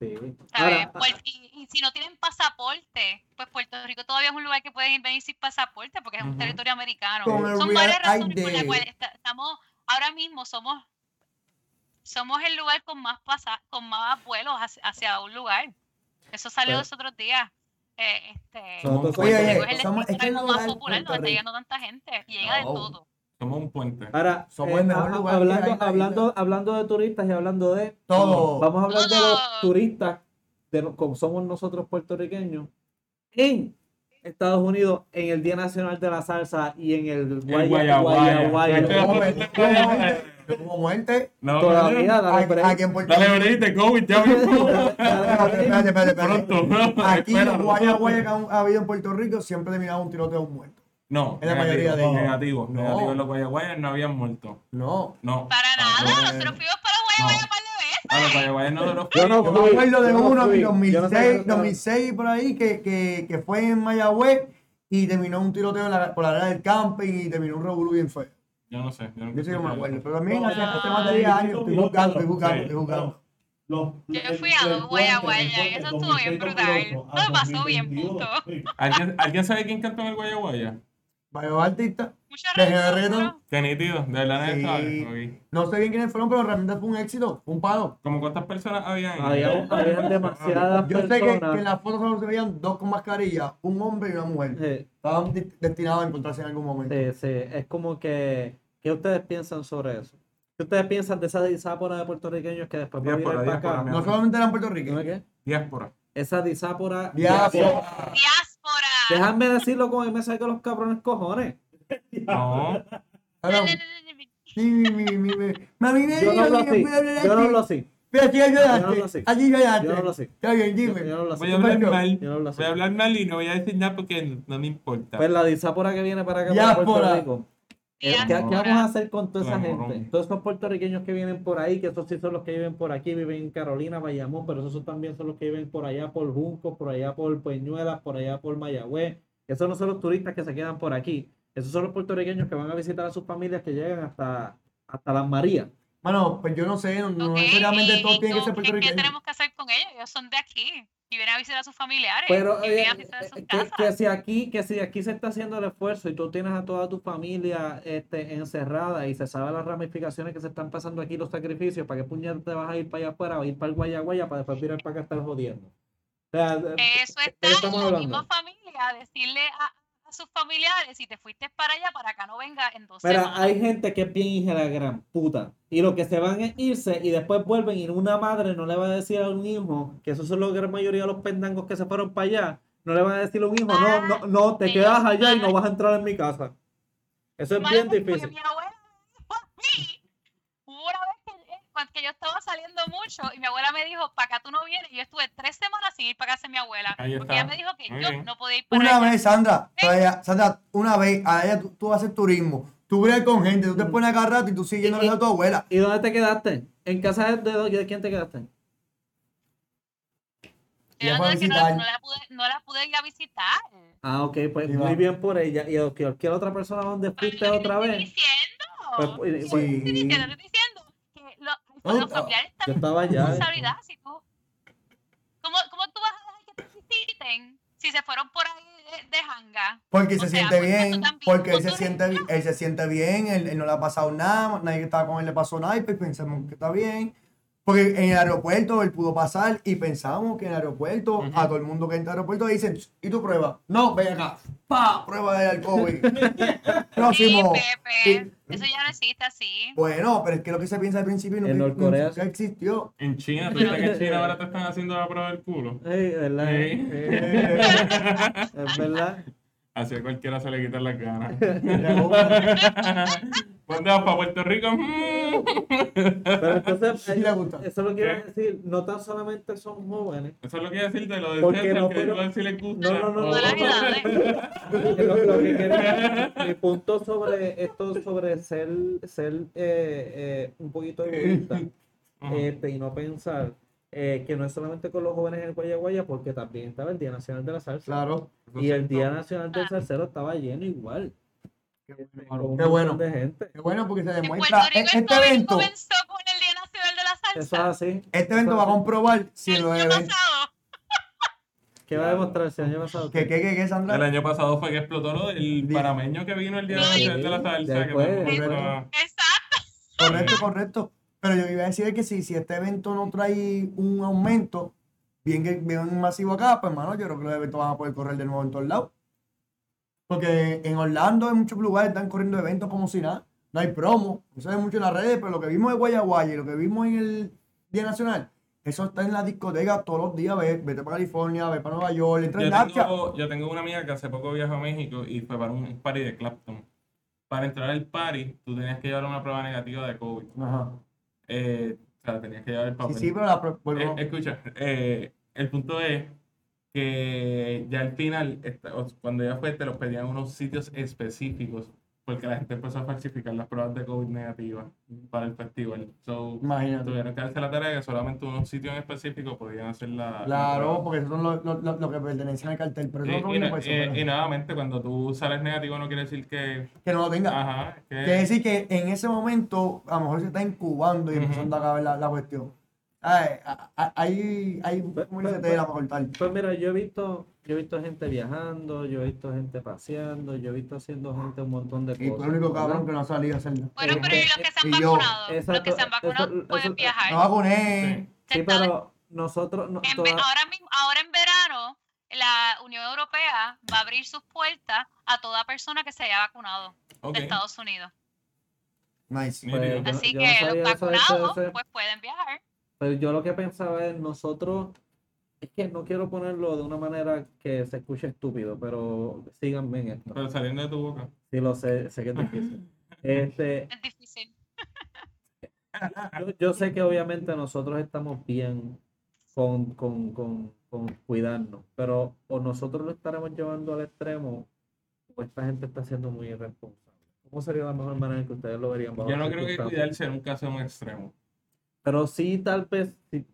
sí. ¿sabes? Ahora, Puer- y, y si no tienen pasaporte, pues Puerto Rico todavía es un lugar que pueden venir sin pasaporte porque es un Ujú. territorio americano. Con el Son Real varias razones por las ID. cuales esta- estamos, ahora mismo somos, somos el lugar con más pasa, con más vuelos hacia, hacia un lugar. Eso salió Pero- los otros días. Eh, este, Somos- Puerto Oye, Rico oye, es el somos- es destino ahora que el mismo más lugar popular Puerto donde está Rico. llegando tanta gente. y Llega de No. todo. Somos un puente. ahora, eh, Somos el mejor lugar que hablando, hay en la hablando, hablando de turistas y hablando de Todo. vamos a hablar de Todo. los turistas, de lo- como somos nosotros puertorriqueños, en Estados Unidos, en el Día Nacional de la Salsa y en el Guaya- Guayaguaya. Guayaguaya. Este- Como muerte, como muerte, como muerte. No, Todavía, dale, break. Aquí en Puerto Dale, veniste, COVID, ya mismo. Espérate, espérate, espérate, espérate. Pronto, ¿no? Aquí Espera. los guaya guaya que han- ha habido en Puerto Rico siempre terminaba un tiroteo a un muerto. No, En la negativo, mayoría de ellos. negativo. No. negativo. Los guayaguayas no habían muerto. No. No. Para nada, no. nosotros fuimos para Guayaguaya No. un par de veces. A los guayaguayas no los Yo no Yo me acuerdo de Yo no uno fui. en Yo no sé 2006, cómo- 2006 por ahí que, que, que fue en Mayagüez y terminó un tiroteo en la- por la área del camping y terminó un revolú bien feo. Yo no sé. Yo no Yo sí que me acuerdo, pero también No, hace no, hace más de 10 años estoy jugando, estoy jugando, Sí. estoy jugando. Yo fui a dos Guayaguaya, eso estuvo bien brutal. Todo pasó bien, punto. ¿Alguien, ¿Alguien sabe quién cantó en el guayaguaya? Varios artistas. Mucho Dejé de reggaetón, reggaetón. ¿no? Qué nítido, de verdad nadie Sí. sabe. Ok. No sé bien quiénes fueron, pero realmente fue un éxito, fue un palo. ¿Cómo cuántas personas habían? Había, habían demasiadas Yo sé que, que en personas. las fotos solo se veían dos con mascarilla, un hombre y una mujer. Eh, Estaban de- destinados a encontrarse en algún momento. Sí, sí, es como que, ¿qué ustedes piensan sobre eso? ¿Qué ustedes piensan de esa diáspora de puertorriqueños que después va a virar Diáspora, para diáspora, mi acá? No solamente eran puertorriqueños. ¿No es qué? Diáspora. Esa diáspora. Ya, Diáspora. Déjame decirlo con el mensaje que los cabrones cojones. No. ahora- Eh, Sí, mi, mi, mi, mi. Mami, me Yo no hablo dijo que así. puede hablar Yo no hablo así. así. Pero aquí hay no hablo ayudante, así. allí hay ayudante. Yo no hablo así. Está bien, Yo, dime. yo no hablo así. Voy a hablar Macho. mal. Yo no hablo así. Voy a hablar mal y no voy a decir nada porque no me importa. Pues la diáspora que viene para acá, para Puerto Diáspora. Rico. ¿Qué, Ya. qué Diáspora. vamos a hacer con toda esa Claro, gente? no. Todos esos puertorriqueños que vienen por ahí, que esos sí son los que viven por aquí, viven en Carolina, Bayamón, pero esos son- también son los que viven por allá por Juncos, por allá por Peñuelas, por allá por Mayagüez. Esos no son los turistas que se quedan por aquí. Esos son los puertorriqueños que van a visitar a sus familias que llegan hasta, hasta Las Marías. Mano, pues yo no sé, no- no Ok, necesariamente y- todos y tienen que ser tú, ¿qué- ¿Qué puertorriqueños. tenemos que hacer con ellos? Ellos son de aquí. y vienen a visitar a sus familiares. Pero y oye, vienen a visitar eh, sus que, casas. que si aquí, que si aquí se está haciendo el esfuerzo y tú tienes a toda tu familia este, encerrada y se sabe las ramificaciones que se están pasando aquí, los sacrificios, ¿para qué puñal te vas a ir para allá afuera o ir para el Guayaguaya para después virar para acá estar jodiendo? O sea, eh, Eso está estamos en la hablando? misma familia, decirle a, a sus familiares, si te fuiste para allá, para acá no venga en dos Mira, semanas. hay gente que es bien hija de la gran puta. Y lo que se van es irse y después vuelven y una madre no le va a decir a un hijo, que eso son la gran mayoría de los pendangos que se fueron para allá, no le va a decir a un hijo, no, no, no, te Ah, quedas allá y sí. no vas a entrar en mi casa. Eso es Mano, bien porque difícil. Mi abuela me dijo a mí, hubo una vez que, eh, cuando que yo estaba saliendo mucho y mi abuela me dijo, para acá tú no vienes. Y yo estuve tres semanas sin ir para casa de mi abuela. Ahí Porque está. ella me dijo que Muy yo bien. no podía ir para Una allá. vez, Sandra, ¿Eh? todavía- Sandra, una vez, a ella tú, tú haces turismo, tú vives con gente, tú te Mm. pones acá rato y tú sigues yendo a la casa de tu abuela. ¿Y dónde te quedaste? ¿En casa de, de- de quién te quedaste? Yo Ya no, fue no, a la, no visitar. la pude, no la pude ir a visitar. Ah, ok, pues Y va. muy bien por ella. Y a cualquier otra persona donde fuiste Pero otra te estoy vez. Pues, diciendo. pues, Sí, pues, te estoy diciendo, te estoy diciendo que lo- los No, familiares yo también estaba allá. responsabilidad si tú. ¿Cómo, ¿Cómo tú vas a dejar que te visiten si se fueron por ahí de, de janga? Porque O se sea, siente porque tú bien, también, porque él tú se eres siente, bi- él se siente bien, él, él no le ha pasado nada, nadie que estaba con él le pasó nada y pues pensamos que está bien. Porque en el aeropuerto él pudo pasar y pensamos que en el aeropuerto, a todo el mundo que entra al aeropuerto le dicen, ¿y tu prueba? No, ven acá, pa, prueba del COVID. Sí, Próximo. Pepe, eso ya no existe así. Bueno, pero es que lo que se piensa al principio no, En no- Norcorea- nunca existió. En China, ¿tú sabes que en China ahora te están haciendo la prueba del culo? Ey, ¿verdad? Sí. Eh, Eh, Es verdad. Así a cualquiera se le quitan las ganas. le ¿Dónde vas para Puerto Rico? Mm. Pero entonces, Sí le gusta. eso lo ¿Qué? quiero decir, no tan solamente son jóvenes, Eso es lo que iba a decirte, lo de Porque César, no que fueron- iba a decir le gusta. No, no, no, no. Todas las edades. lo, lo que quería- mi punto sobre esto, sobre ser, ser eh, eh, un poquito egoísta Ujú. este, y no pensar eh, que no es solamente con los jóvenes en el Guayaguaya, porque también estaba el Día Nacional de la Salsa. Claro. Eso Y el siento. Día Nacional del Salsero estaba lleno igual. con un Qué montón bueno. de gente. Qué bueno porque se En demuestra. Puerto Rico e- Este esto bien evento, comenzó con el Día Nacional de la Eso es Salsa. así. este evento va a comprobar si el lo año deben. pasado. ¿Qué va a demostrar si el año pasado? ¿Qué, qué, qué, qué, Sandra? El año pasado fue que explotó lo del Di- panameño que vino el día Sí. de la- de la salsa. que Después, tampoco después. estaba- Exacto. Correcto, correcto. Pero yo iba a decir que si, si este evento no trae un aumento bien, que- bien masivo acá, pues hermano, yo creo que los eventos van a poder correr de nuevo en todos lados. Porque en Orlando, en muchos lugares, están corriendo eventos como si nada. No hay promo, no se ve mucho en las redes, pero lo que vimos de Guayaguay y lo que vimos en el Día Nacional, eso está en la discoteca todos los días. Ve, vete para California, ve para Nueva York, entra en Yo Snapchat. tengo, yo tengo una amiga que hace poco viajó a México y fue para un party de Clapton. Para entrar al party, tú tenías que llevar una prueba negativa de COVID. Ajá. Eh, o sea, tenías que llevar el Sí, papel. sí, pero la pro- Eh, vuelvo- escucha, eh, el punto es que ya al final, esta- o- cuando ya fue, te los pedían unos sitios específicos porque la gente empezó a falsificar las pruebas de COVID negativas para el festival. So, imagínate. tuvieron que hacer la tarea que solamente unos sitios en específico podían hacer la. la Claro, prueba. porque esos son los los- los- los que pertenecen al cartel. Pero eso Y, no y viene na- por pues, eso, y- pero- y nuevamente, cuando tú sales negativo, no quiere decir que. que no lo tenga. eh, Ajá, es que. Quiere decir que en ese momento a lo mejor se está incubando y Ujú. empezando a caber la, la cuestión. Ay, a- a- Hay, hay como dice pe- tela para cortar. Pues mira, yo he visto, yo he visto gente viajando, yo he visto gente paseando, yo he visto haciendo gente un montón de Y cosas. tú el único ¿verdad? cabrón que no ha salido a hacerla. Bueno, pero y los que se han Y yo, vacunado. los exacto, que se han vacunado eso- pueden eso- viajar. No vacuné. Sí. Sí, pero nosotros no, En toda- ve- ahora mismo, ahora en verano, la Unión Europea va a abrir sus puertas a toda persona que se haya vacunado ok. de Estados Unidos. Nice. Nítido. Pues, Yo no- Así yo no que sabía los eso, eso, vacunados eso. pues pueden viajar. pero pues, yo lo que pensaba es nosotros, es que no quiero ponerlo de una manera que se escuche estúpido, pero síganme en esto. Pero saliendo de tu boca. Sí lo sé, sé que es difícil. Este, Es difícil. yo, yo sé que obviamente nosotros estamos bien con, con, con, con cuidarnos, pero o nosotros lo estaremos llevando al extremo o esta gente está siendo muy irresponsable. ¿Cómo sería la mejor manera en que ustedes lo verían? bajo Yo no las creo que circunstancias? cuidarse nunca sea un extremo. Pero sí, tal vez, sí.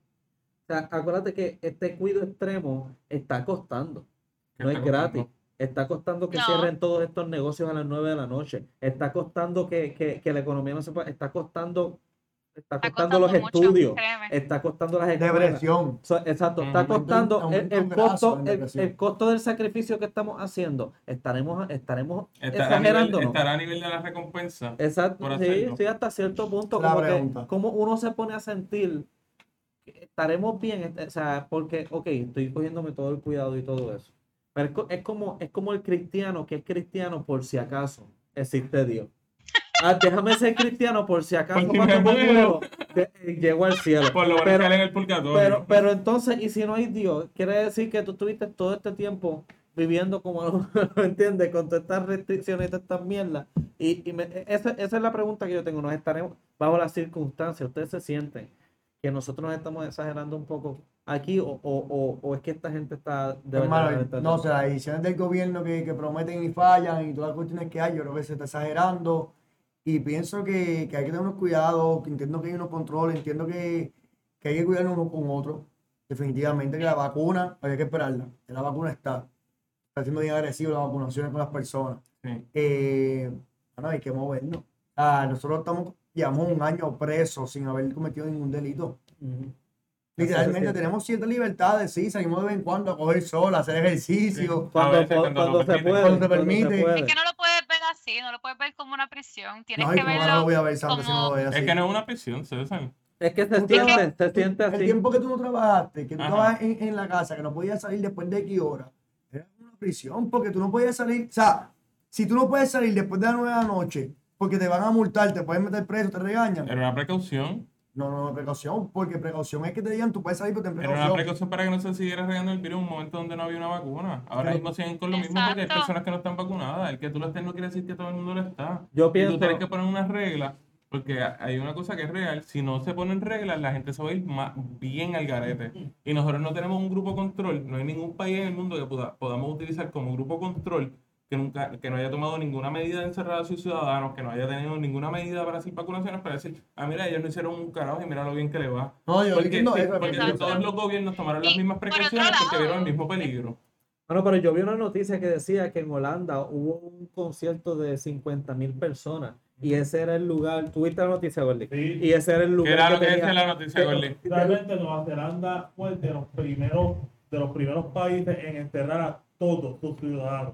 O sea, acuérdate que este cuido extremo está costando. ¿Qué No es está costando? gratis. Está costando que No. cierren todos estos negocios a las 9 de la noche. Está costando que, que- que la economía no se pueda. Está costando está costando los mucho, estudios, Eh, créeme. está costando las escuelas. Depresión. So- exacto, está Ujú. costando el, Aumenta- el aumenta costo, graso en el- el, depresión. costo del sacrificio que estamos haciendo. Estaremos, estaremos Estará a, nivel, exagerándonos. estará a nivel de la recompensa. Exacto, por sí, hacerlo. sí, hasta cierto punto, La como, que- pregunta. como uno se pone a sentir que estaremos bien, Est- o sea, porque, ok, estoy cogiéndome todo el cuidado y todo eso. Pero es, co- es como, es como el cristiano que es cristiano por si acaso existe Dios. Ah, déjame ser cristiano por si acaso Por si cuando me me muero. muero, de- eh, llego al cielo. Por lo menos Pero- sale en el purgatorio. Pero, pero entonces, y si no hay Dios, quiere decir que tú estuviste todo este tiempo viviendo como, ¿me entiendes? Con todas estas restricciones y todas estas mierdas. Y, y me- e, esa, esa es la pregunta que yo tengo. Nos estaremos bajo las circunstancias. ¿Ustedes se sienten que nosotros nos estamos exagerando un poco aquí o, o, o, o es que esta gente está de Hermano, verdad- no, o sea, las decisiones del gobierno que, que prometen y fallan y todas las cuestiones que hay, yo creo que se está exagerando. Y pienso que, que hay que tener unos cuidados, que entiendo que hay unos controles, entiendo que, que hay que cuidarnos uno con otro. Definitivamente que la vacuna, había que esperarla. que La vacuna está. Está siendo bien agresiva la vacunación con las personas. Sí. Eh, bueno, hay que movernos. Ah, nosotros estamos, llevamos un año presos sin haber cometido ningún delito. Ujú. Literalmente siente. tenemos ciertas libertades, sí, salimos de vez en cuando a coger sol, a hacer ejercicio. Cuando, A veces, po- cuando cuando lo se permiten. puede. Cuando se se permite. puede. Es que no lo puedes ver así, no lo puedes ver como una prisión. Tienes No, y que como ahora verlo. lo voy a ver, Sandra, si no lo como- voy a Es hacer. que no es una prisión, César. Es que se Tú siente, trabajas- se siente El así. tiempo que tú no trabajaste, que tú Ajá. estabas en, en la casa, que no podías salir después de qué hora, era una prisión, porque tú no podías salir. O sea, si tú no puedes salir después de las nueve de la noche, porque te van a multar, te pueden meter preso, te regañan. Era una precaución. No, no, no, precaución, porque precaución es que te digan tú puedes salir, pero ten Era una precaución. precaución para que no se siguiera regando el virus en un momento donde no había una vacuna. Ahora Pero- mismo siguen con lo mismo porque hay Exacto. personas que no están vacunadas. El que tú lo estés no quiere decir que todo el mundo lo está. Yo Y pienso, tú tienes que poner unas reglas, porque hay una cosa que es real. Si no se ponen reglas, la gente se va a ir ma- bien al garete. Y nosotros no tenemos un grupo control. No hay ningún país en el mundo que poda- podamos utilizar como grupo control que nunca que no haya tomado ninguna medida de encerrar a sus ciudadanos, que no haya tenido ninguna medida para hacer vacunaciones, para decir, ah, mira, ellos no hicieron un carajo y mira lo bien que le va. No, yo Porque, entiendo sí, eso, porque pero- Exacto. todos los gobiernos tomaron las Y, mismas por otro precauciones porque lado, vieron el mismo peligro. Bueno, pero yo vi una noticia que decía que en Holanda hubo un concierto de 50 mil personas y ese era el lugar. ¿Tuviste la noticia, Gordy? Sí. Y ese era el Que lugar. era lo que tenía- decía la noticia, que- Gordy. Realmente Nueva Zelanda fue de los primeros, de los primeros países en enterrar a todos sus ciudadanos.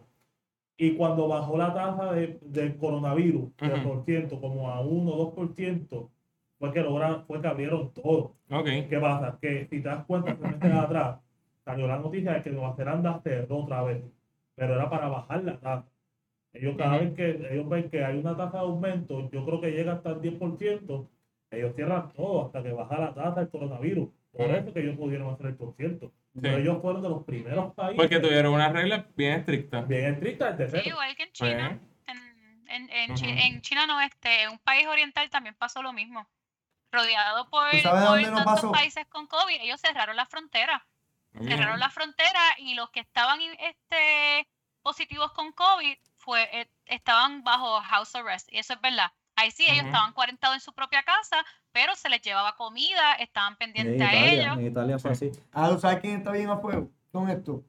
Y cuando bajó la tasa de, del coronavirus, del Ujú. por ciento, como a 1 o 2%, fue que lograron, fue que abrieron todo. Ok. ¿Qué pasa? Que si te das cuenta, tres meses atrás, salió la noticia de que Nueva Zelanda cerró otra vez, pero era para bajar la tasa. Ellos cada Ujú. vez que ellos ven que hay una tasa de aumento, yo creo que llega hasta el 10%, ellos cierran todo hasta que baja la tasa del coronavirus. Por Ujú. eso que ellos pudieron hacer el concierto. Pero ellos fueron de los primeros países Porque tuvieron unas reglas bien estrictas. bien estrictas de Sí, cero. igual que en Pues, China. En, en, en, Chi- Ujú. en China no, este, en un país oriental también pasó lo mismo. Rodeado por, ¿Tú sabes por dónde no tantos pasó? países con COVID, ellos cerraron la frontera. ok. Cerraron la frontera y los que estaban in- este, positivos con COVID fue, eh, estaban bajo house arrest. Y eso es verdad. Ahí sí, ellos Ujú. estaban cuarentados en su propia casa, pero se les llevaba comida, estaban En pendientes a Italia, ellos. en Italia fue así. Ah, ¿tú ¿sabes quién está bien a fuego? Son estos.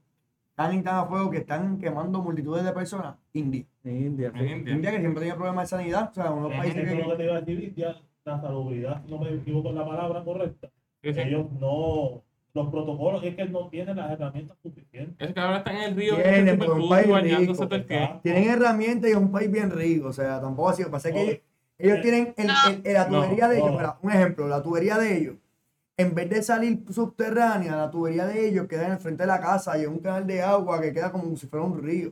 Están en tan a fuego que están quemando multitudes de personas. India. En India. En sí. India. India que siempre tenía problemas de sanidad. O sea, uno de los Ujú. países Eso es lo que... que te iba a decir, ya, la salubridad, no me equivoco en la palabra correcta. Sí, sí. Ellos no, los protocolos es que no tienen las herramientas suficientes. Es que ahora están en el río, Tienen, en el pues, un superpool, país bañándose rico, todo el tiempo. Tienen herramientas y es un país bien rico. O sea, tampoco así. Lo que pasa es que No. ellos, ellos tienen el- el- el- la No, tubería de ellos. no. mira, un ejemplo, la tubería de ellos. En vez de salir subterránea, la tubería de ellos queda en el frente de la casa y es un canal de agua que queda como si fuera un río.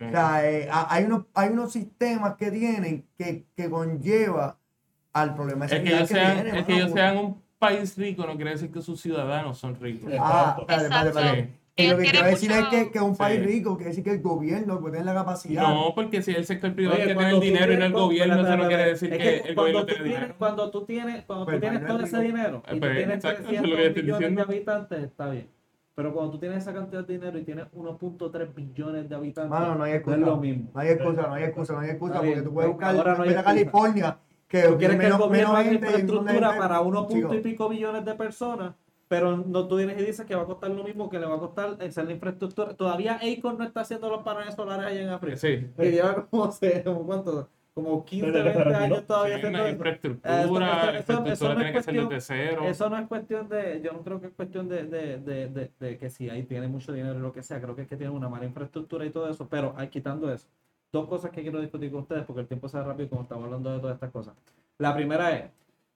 O sea, eh, ha- hay, unos, hay unos sistemas que tienen que, que conlleva al problema de El que sanidad ellos sean, tiene, el que mano, ellos sean un país rico no quiere decir que sus ciudadanos son ricos. Sí. Ah, espérate, espérate, Exacto. espérate. Sí. Y lo Ellos que tienen quiero decir es mucho- que, que es un país Sí. rico, quiere decir que el gobierno puede tener la capacidad. No, porque si es el sector privado Oye, que tiene cuando el tú dinero y no el tienes- gobierno, espera, eso no espera, quiere decir espera. que Es que el cuando gobierno tú tiene dinero. tienes- Cuando tú tienes, cuando Pues, tú tienes no es todo ese rico. dinero y tú Pues, tienes exacto, eso es lo 300 que yo estoy millones de diciendo. habitantes, está bien. Pero cuando tú tienes esa cantidad de dinero y tienes 1.3 billones de habitantes, Mano, no hay excusa. es lo mismo. No hay excusa, no hay excusa, no hay excusa, Está porque bien, tú puedes pues, buscar ahora no hay mira excusa. California, que Tú quieres que el gobierno haga gente y un montón de infraestructura gente- para uno punto y Chicos, pico billones de personas, pero no tú vienes y dices que va a costar lo mismo que le va a costar hacer la infraestructura. Todavía Acon no está haciendo los paneles solares allá en África. Sí. Y lleva como, se- como cuánto, como 15, Desde que se 20 retiró. años todavía Sí, haciendo una eso. infraestructura, eso- eso- eso infraestructura no tiene es que ser cuestión- desde cero. Eso no es cuestión de, yo no creo que es cuestión de, de, de, de, de que si ahí tiene mucho dinero o lo que sea, creo que es que tiene una mala infraestructura y todo eso, pero ahí quitando eso, dos cosas que quiero discutir con ustedes porque el tiempo se va rápido como estamos hablando de todas estas cosas. La primera es,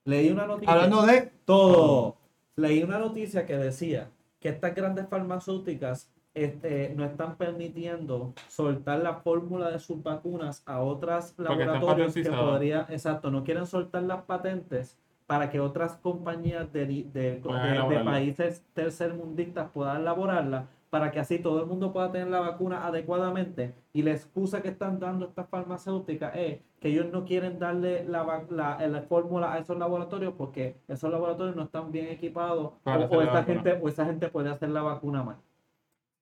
leí una noticia, Hablando de. todo, leí una noticia que decía que estas grandes farmacéuticas este, no están permitiendo soltar la fórmula de sus vacunas a otras Porque están laboratorios que patentizadas. podría, exacto, no quieren soltar las patentes para que otras compañías de, li- de- Puedan de- de elaborarla. países tercermundistas puedan elaborarla para que así todo el mundo pueda tener la vacuna adecuadamente. Y la excusa que están dando estas farmacéuticas es que ellos no quieren darle la, va- la- la fórmula a esos laboratorios porque esos laboratorios no están bien equipados Para o- hacer o, la esta vacuna. gente, o esa gente puede hacer la vacuna mal.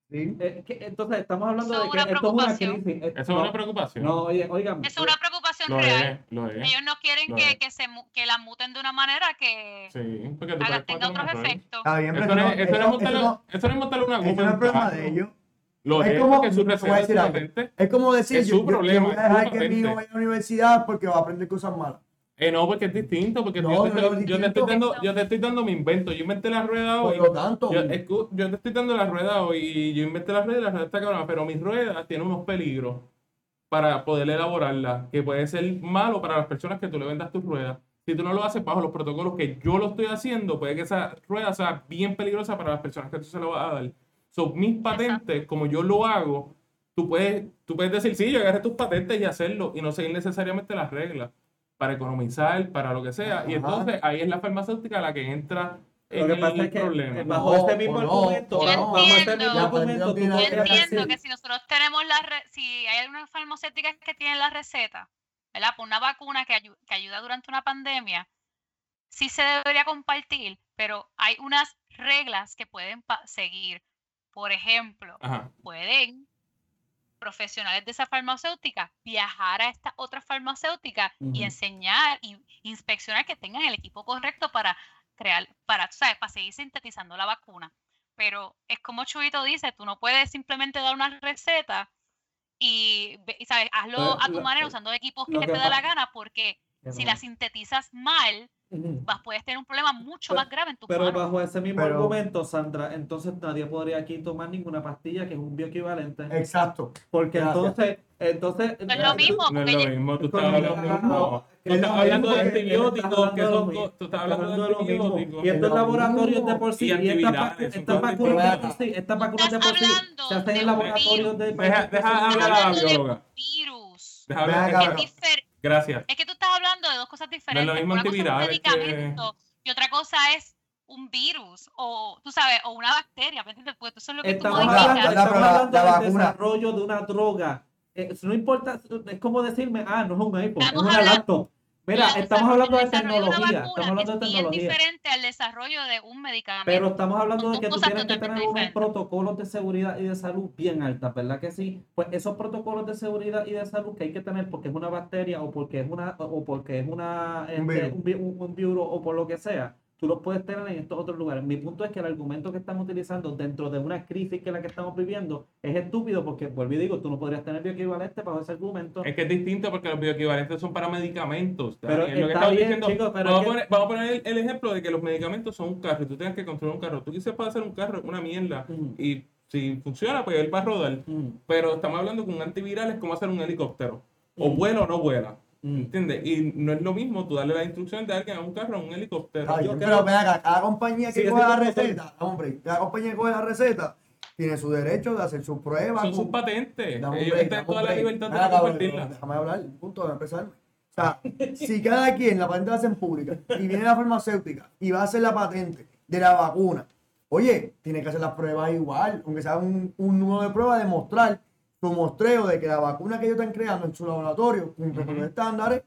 Sí. Eh, que- entonces, estamos hablando Eso de es que una esto es una preocupación. crisis. Eh, Eso es no, una preocupación. no, oye, oigan. Esa es una preocupación lo real. es, lo es. Ellos no quieren Lo es. que, que, se, mu- que la muten de una manera que Sí, porque tú haga- puedes tenga otros patentar. efectos. Está bien, pero Eso no es- eso no es eso montarle- no- eso no es montarle una eso goma no a es un problema carro. de ellos. Lo Es es, como- porque su te voy a receta es decir algo. patente. Es como decir, Es yo, su yo- yo problema, voy es a dejar su que mi hijo patente. vaya a la universidad porque va a aprender cosas malas. Eh, no, porque es distinto, porque No, yo, te no, estoy, no, es yo te estoy distinto. dando, yo te estoy dando mi invento. Yo inventé la rueda Por hoy. Pues lo tanto, Yo, escu- yo te estoy dando la rueda hoy y yo inventé la rueda y la rueda está cabrona, pero mis ruedas tienen unos peligros para poder elaborarla, que puede ser malo para las personas que tú le vendas tus ruedas. Si tú no lo haces bajo los protocolos que yo lo estoy haciendo, puede que esa rueda sea bien peligrosa para las personas que tú se lo vas a dar. Son mis patentes, como yo lo hago, tú puedes, tú puedes decir, sí, yo agarré tus patentes y hacerlo y no seguir necesariamente las reglas para economizar, para lo que sea. Y Ajá. entonces ahí es la farmacéutica la que entra Lo en que el pasa es que problema. eh, bajo No, este mismo o no, argumento, o no. bajo este mismo Entiendo. argumento, tú Yo Yo podrías entiendo decir- que si nosotros tenemos la re- si hay algunas farmacéuticas que tienen la receta, ¿verdad? Por una vacuna que, ayu- que ayuda durante una pandemia, sí se debería compartir, pero hay unas reglas que pueden pa- seguir. Por ejemplo, Ajá. pueden profesionales de esa farmacéutica viajar a estas otras farmacéuticas Ujú. y enseñar y inspeccionar que tengan el equipo correcto para crear, para, tú sabes, para seguir sintetizando la vacuna. Pero es como Chubito dice, tú no puedes simplemente dar una receta y, ve- y, sabes, hazlo Pero a tu lo- manera usando equipos que lo te que da la pa- gana, porque si la sintetizas mal, Ujú. vas, puedes tener un problema mucho Pero- más grave en tu Pero cuerpo. bajo ese mismo Pero- argumento, Sandra, entonces nadie podría aquí tomar ninguna pastilla que es un bioequivalente. exacto. Porque gracias. entonces, entonces. No es lo mismo, No porque es lo ya- mismo, tú Con estás el- hablando de ajá. no, tú Es estás lo hablando de mismo que- estás antibióticos, hablando que de lo son mismo, co- tú estás hablando de este lo mismo. antibióticos. Y estos Es lo laboratorios mismo. de por sí, Y y estas pa- antivirales, estas son vacunas de por antivirales. sí, estas vacunas de Estás por sí se hablando hacen de en un laboratorios de Deja, deja Estás hablar a la hablando de bióloga. Virus. Deja Ven hablar. acá, que- Es Claro. difer- Gracias. Es que tú estás hablando de dos cosas diferentes. mismo una cosa es un antivirales que- medicamento y otra cosa es un virus o, tú sabes, o una bacteria, ¿me entiendes? Porque eso es lo que tú Estamos Ajá, hablando, la- modificas. la- estamos la- hablando la del vacuna. desarrollo de una droga. Eh, no importa, es como decirme, ah, no es un iPhone, Estamos es una hablando- laptop. Mira, El estamos hablando de desarrollo una tecnología, vacuna estamos hablando de es bien tecnología. diferente al desarrollo de un medicamento. Pero estamos hablando Son de dos que tú cosas tienes que tener totalmente unos diferentes. protocolos de seguridad y de salud bien altas, ¿verdad que sí? Pues esos protocolos de seguridad y de salud que hay que tener porque es una bacteria o porque es una o porque es una Un este, virus. un vi- un- un virus o por lo que sea, tú los puedes tener en estos otros lugares. Mi punto es que el argumento que están utilizando dentro de una crisis que es la que estamos viviendo es estúpido porque vuelvo y digo, tú no podrías tener bioequivalente bajo ese argumento. Es que es distinto porque los bioequivalentes son para medicamentos. Pero Daniel. Lo que está estamos bien, diciendo- chicos, pero vamos, es que- a poner, vamos a poner el, el ejemplo de que los medicamentos son un carro y tú tienes que controlar un carro. Tú quizás puedes hacer un carro, una mierda, Mm, y si funciona, pues él va a rodar. mm, Pero estamos hablando con antivirales como hacer un helicóptero. O Mm. vuela o no vuela. mm. ¿Entiendes? Y no es lo mismo tú darle las instrucciones de alguien a un carro a un helicóptero. Está Yo bien, creo- pero ven acá, cada compañía que Sí, coge ese la tipo de- receta, hombre, cada compañía que coge la receta tiene su derecho de hacer sus pruebas. son sus con- patentes. Dame un Ellos están break, en dame un toda la break. libertad Ah, de Ven acá, bro, compartirla. Déjame hablar, punto de empezar. O sea, si cada quien la patente la hacen pública y viene la farmacéutica y va a hacer la patente de la vacuna, oye, tiene que hacer las pruebas igual, aunque sea un, un número de pruebas, demostrar su mostreo de que la vacuna que ellos están creando en su laboratorio cumple con los Ujú. estándares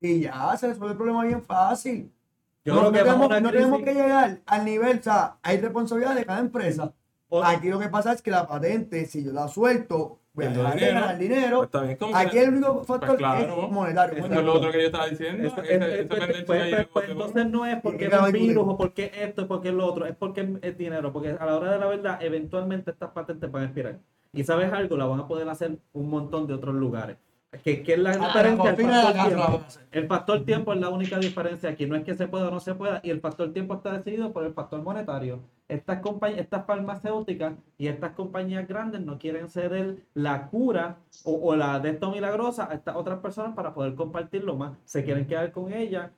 y ya se resuelve el problema bien fácil. Yo creo no, no que bajo tenemos, una no tenemos crisis- que llegar al nivel, o sea, hay responsabilidad de cada empresa. o- Aquí lo que pasa es que la patente, si yo la suelto, voy a Pierdo dejar de dinero. ganar dinero. Pues está bien, como Aquí que- el único factor Pues claro. es monetario. Eso es monetario. lo otro que yo estaba diciendo. Eso- Ese- es- es- ese pues, pendejo pues, ya pues, llegó, pues, llegó. entonces no es porque es Llegaba un el virus culero. o porque esto, es porque lo otro, es porque es dinero, porque a la hora de la verdad, eventualmente estas patentes van a expirar. Y sabes algo, la van a poder hacer un montón de otros lugares. Que, que es la Ah, diferencia. la el cocina de la factor tiempo. casa, vamos a hacer. El factor tiempo es la única diferencia. Aquí no es que se pueda o no se pueda. Y el factor tiempo está decidido por el factor monetario. Estas, compañ- estas farmacéuticas y estas compañías grandes no quieren ceder la cura o, o la de esto milagrosa a estas otras personas para poder compartirlo más. Se quieren quedar con ella.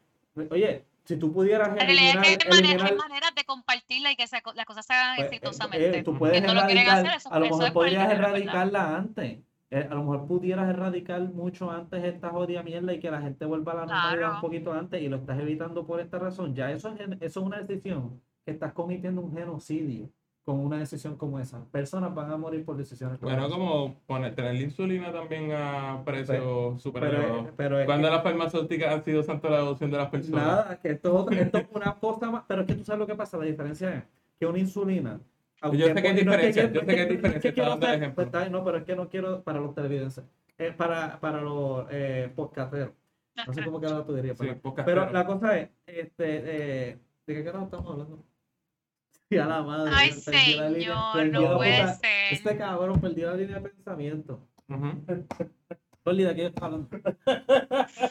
Oye, si tú pudieras La realidad eliminar, es que hay, mane- eliminar- hay maneras de compartirla y que se- las cosas se hagan pues, exitosamente. eh, tú puedes Que no lo quieren erradicar, hacer, eso- a lo eso mejor es por el podrías dinero, ¿verdad? erradicarla antes. Eh, A lo mejor pudieras erradicar mucho antes esta jodida mierda y que la gente vuelva a la normalidad Claro. un poquito antes y lo estás evitando por esta razón. Ya eso es, gen- eso es una decisión que estás cometiendo un genocidio con una decisión como esa. Personas van a morir por decisiones como Bueno, esa. como poner, tener la insulina también a precios super Pues, Pero, pero es Cuando que- las farmacéuticas han sido santo la devoción de las personas. Nada, que esto es, otra- esto es una cosa más. Pero es que tú sabes lo que pasa. La diferencia es que una insulina. Yo sé que hay porque no es diferencia, quiero- yo no es sé que hay no es diferencia, está quiero dando el ser- ejemplo. pues, está bien, no, pero es que no quiero para los televidentes. eh, para, para los eh, podcasteros. No sé cómo que ahora tú dirías. Sí, pero- pocas pero caras. la cosa es: este, eh, ¿de qué carajo estamos hablando? Sí, a la madre. Ay, perdí la línea, señor, perdí la no puede puta- ser. Este cabrón perdió la línea de pensamiento. Ujú. Oli, ¿de qué yo estaba hablando?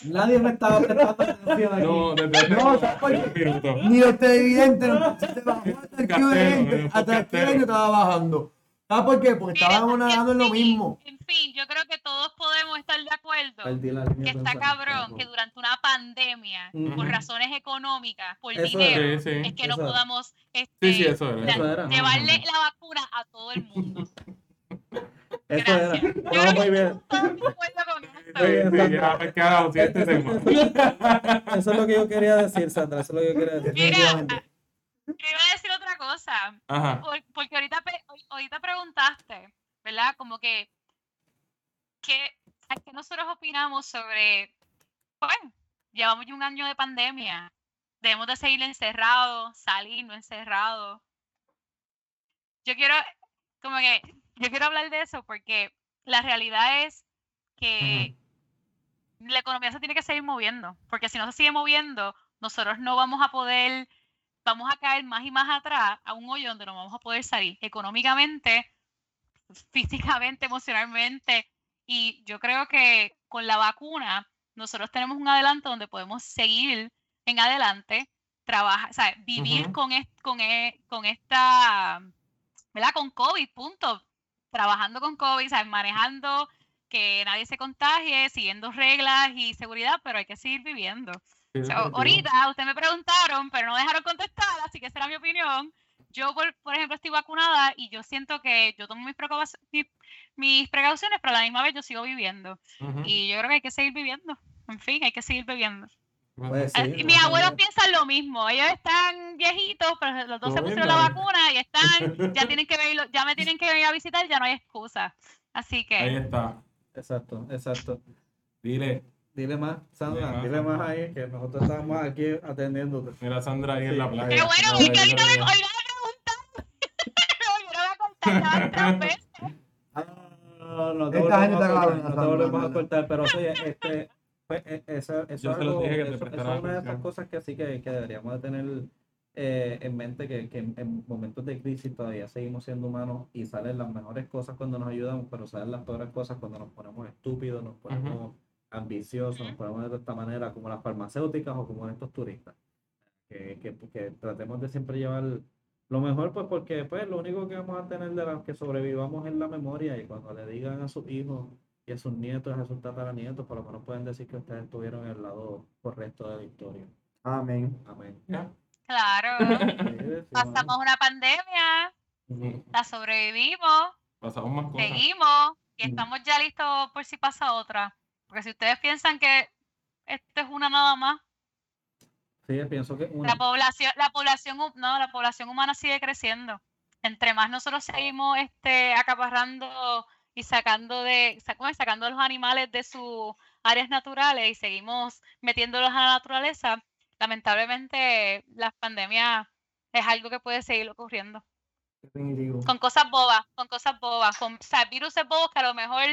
Nadie me estaba prestando atención aquí. No, desde hace No, ¿sabes por un minuto. eh, Ni los televidentes, no, se bajó hasta el Castelo, televidente, eh, hasta el castelo. televidente estaba bajando. ¿Sabes por qué? Porque Mira, estábamos nadando en lo en fin, mismo. En fin, yo creo que todos podemos estar de acuerdo Perdí la línea que de está pensamiento. cabrón que durante una pandemia, Ujú. por razones económicas, por Eso dinero, Sí, sí. es que no Eso. podamos Sí, sí, este, eso era. Eso era. llevarle la vacuna a todo el mundo. Eso era. Gracias. Yo No, creo muy que bien. Todos de acuerdo con esto. Sí, sí, ya, pues, carajo, sí, este tema. Eso es lo que yo quería decir, Sandra. Eso es lo que yo quería decir. Mira, ah, Definitivamente. te iba a decir otra cosa. Ajá. Por- porque ahorita, pe- ahor- ahorita preguntaste, ¿verdad? Como que, ¿qué, a qué nosotros opinamos sobre, bueno, llevamos ya un año de pandemia, debemos de seguir encerrados, salir no encerrados. Yo quiero, como que, yo quiero hablar de eso porque la realidad es que la economía se tiene que seguir moviendo, porque si no se sigue moviendo, nosotros no vamos a poder vamos a caer más y más atrás a un hoyo donde no vamos a poder salir económicamente, físicamente, emocionalmente. Y yo creo que con la vacuna nosotros tenemos un adelanto donde podemos seguir en adelante, trabajar, o sea, vivir Ujú. con, es- con, e- con esta, ¿verdad? Con COVID, punto. Trabajando con COVID, ¿sabes? manejando que nadie se contagie, siguiendo reglas y seguridad, pero hay que seguir viviendo. Sí, O sea, definitivo. ahorita ustedes me preguntaron, pero no dejaron contestar, así que esa era mi opinión. Yo, por, por ejemplo, estoy vacunada y yo siento que yo tomo mis, precovac- mi- mis precauciones, pero a la misma vez yo sigo viviendo. Ujú. Y yo creo que hay que seguir viviendo. En fin, hay que seguir viviendo. Pues Ah, sí, y no, mis no, abuelos no. piensan lo mismo. Ellos están viejitos, pero los dos se Todo bien, pusieron la dale. vacuna y están, ya tienen que venir, ya me tienen que venir a visitar, ya no hay excusa. Así Ahí que, está. Exacto, exacto. Dile. Dile más, Dile Sandra. más, Dile más Sandra. ahí que nosotros estamos aquí atendiéndote. Mira a Sandra ahí Sí. en la playa. pero bueno, Sandra es que ahí en ahorita la me, hoy me playa. van a contar, ya van tres veces. Ah, no, no te Esta gente volvemos a está cortar, no cabrona, te Sandra, volvemos a Sandra. cortar, pero oye, este, pues, e- eso, eso, Yo se los algo- dije que te eso- eso prestaran es una de estas atención. cosas que sí que, que deberíamos de tener eh, en mente, que, que en, en momentos de crisis todavía seguimos siendo humanos y salen las mejores cosas cuando nos ayudamos, pero salen las peores cosas cuando nos ponemos estúpidos, nos ponemos ambiciosos, nos Ujú. ponemos de esta manera, como las farmacéuticas o como estos turistas. Que, que, que tratemos de siempre llevar lo mejor, pues, porque pues, lo único que vamos a tener de las que sobrevivamos es la memoria. Y cuando le digan a sus hijos y a sus nietos, a sus tataranietos, por lo menos pueden decir que ustedes estuvieron en el lado correcto de la historia. Amén. Amén. Ya. Claro. Sí, sí, Pasamos una pandemia, Ujú. la sobrevivimos, Pasamos más cosas. seguimos y Ujú. estamos ya listos por si pasa otra. Porque si ustedes piensan que esto es una nada más, Sí, pienso que una. la población, la población, hu- no, la población humana sigue creciendo. Entre más nosotros Oh. seguimos este, acaparrando y sacando de, sa- ¿cómo es? sacando a los animales de sus áreas naturales y seguimos metiéndolos a la naturaleza, lamentablemente las pandemias es algo que puede seguir ocurriendo. Definitivo. con cosas bobas, con cosas bobas, con o sea, viruses bobos que a lo mejor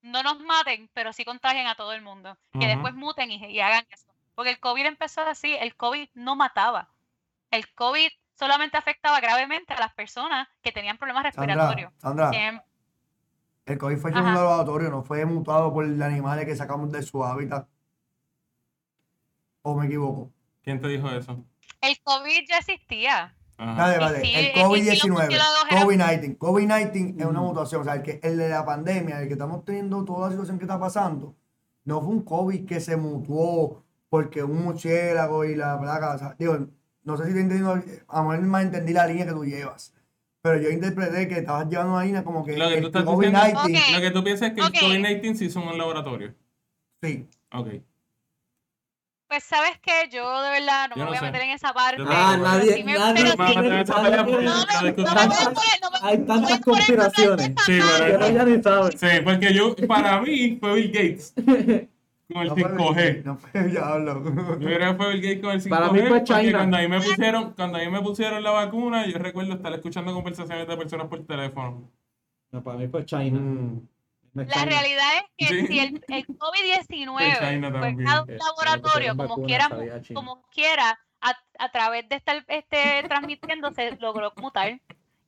no nos maten, pero sí contagien a todo el mundo, que Ujú. después muten y, y hagan eso. Porque el COVID empezó así, el COVID no mataba. El COVID solamente afectaba gravemente a las personas que tenían problemas Sandra, Ah. respiratorios. Em, Sandra, Siem- El COVID fue hecho en Ajá. un laboratorio, no fue mutado por animales que sacamos de su hábitat. ¿O me equivoco? ¿Quién te dijo eso? El COVID ya existía. Ajá. Dale, vale. sí, El y- y los COVID-19. murciélagos eran- COVID-19. COVID-19 es una mutación. O sea, el, que, el de la pandemia, el que estamos teniendo, toda la situación que está pasando, no fue un COVID que se mutó porque un murciélago y la placa. O sea, digo, no sé si te entiendo, a lo mejor más entendí la línea que tú llevas. Pero yo interpreté que estabas llevando una línea como que, Lo que tú el estás diciendo- COVID-19. Ok. Lo que tú piensas es que Ok. el COVID-19 se hizo en un laboratorio. Sí. Ok. Pues sabes que yo de verdad no Yo me no voy a sé. meter en esa parte. Yo Ah, Pero nadie, sí me- nadie. pero sí- Vamos a meter esa pelea porque No me- la no me voy discusión- a poner- no me- Hay no tantas me voy a poner en conspiraciones. esa Sí, parte. bueno, Pero ya ni sabes. Sí, porque yo, para mí, fue Bill Gates con el No fue- 5G. No fue el diablo. Yo creo que fue Bill Gates con el 5G. Para mí fue porque China. Cuando ahí, me pusieron, cuando ahí me pusieron la vacuna, yo recuerdo estar escuchando conversaciones de personas por teléfono. No, para mí fue China. Mm. No es La China. realidad es que Sí. si el, el De China COVID-19 también. fue a un Eh, cuando pusieron laboratorio, como vacunas, quiera, sabía China. como quiera, a, a través de estar este, transmitiendo, se logró mutar.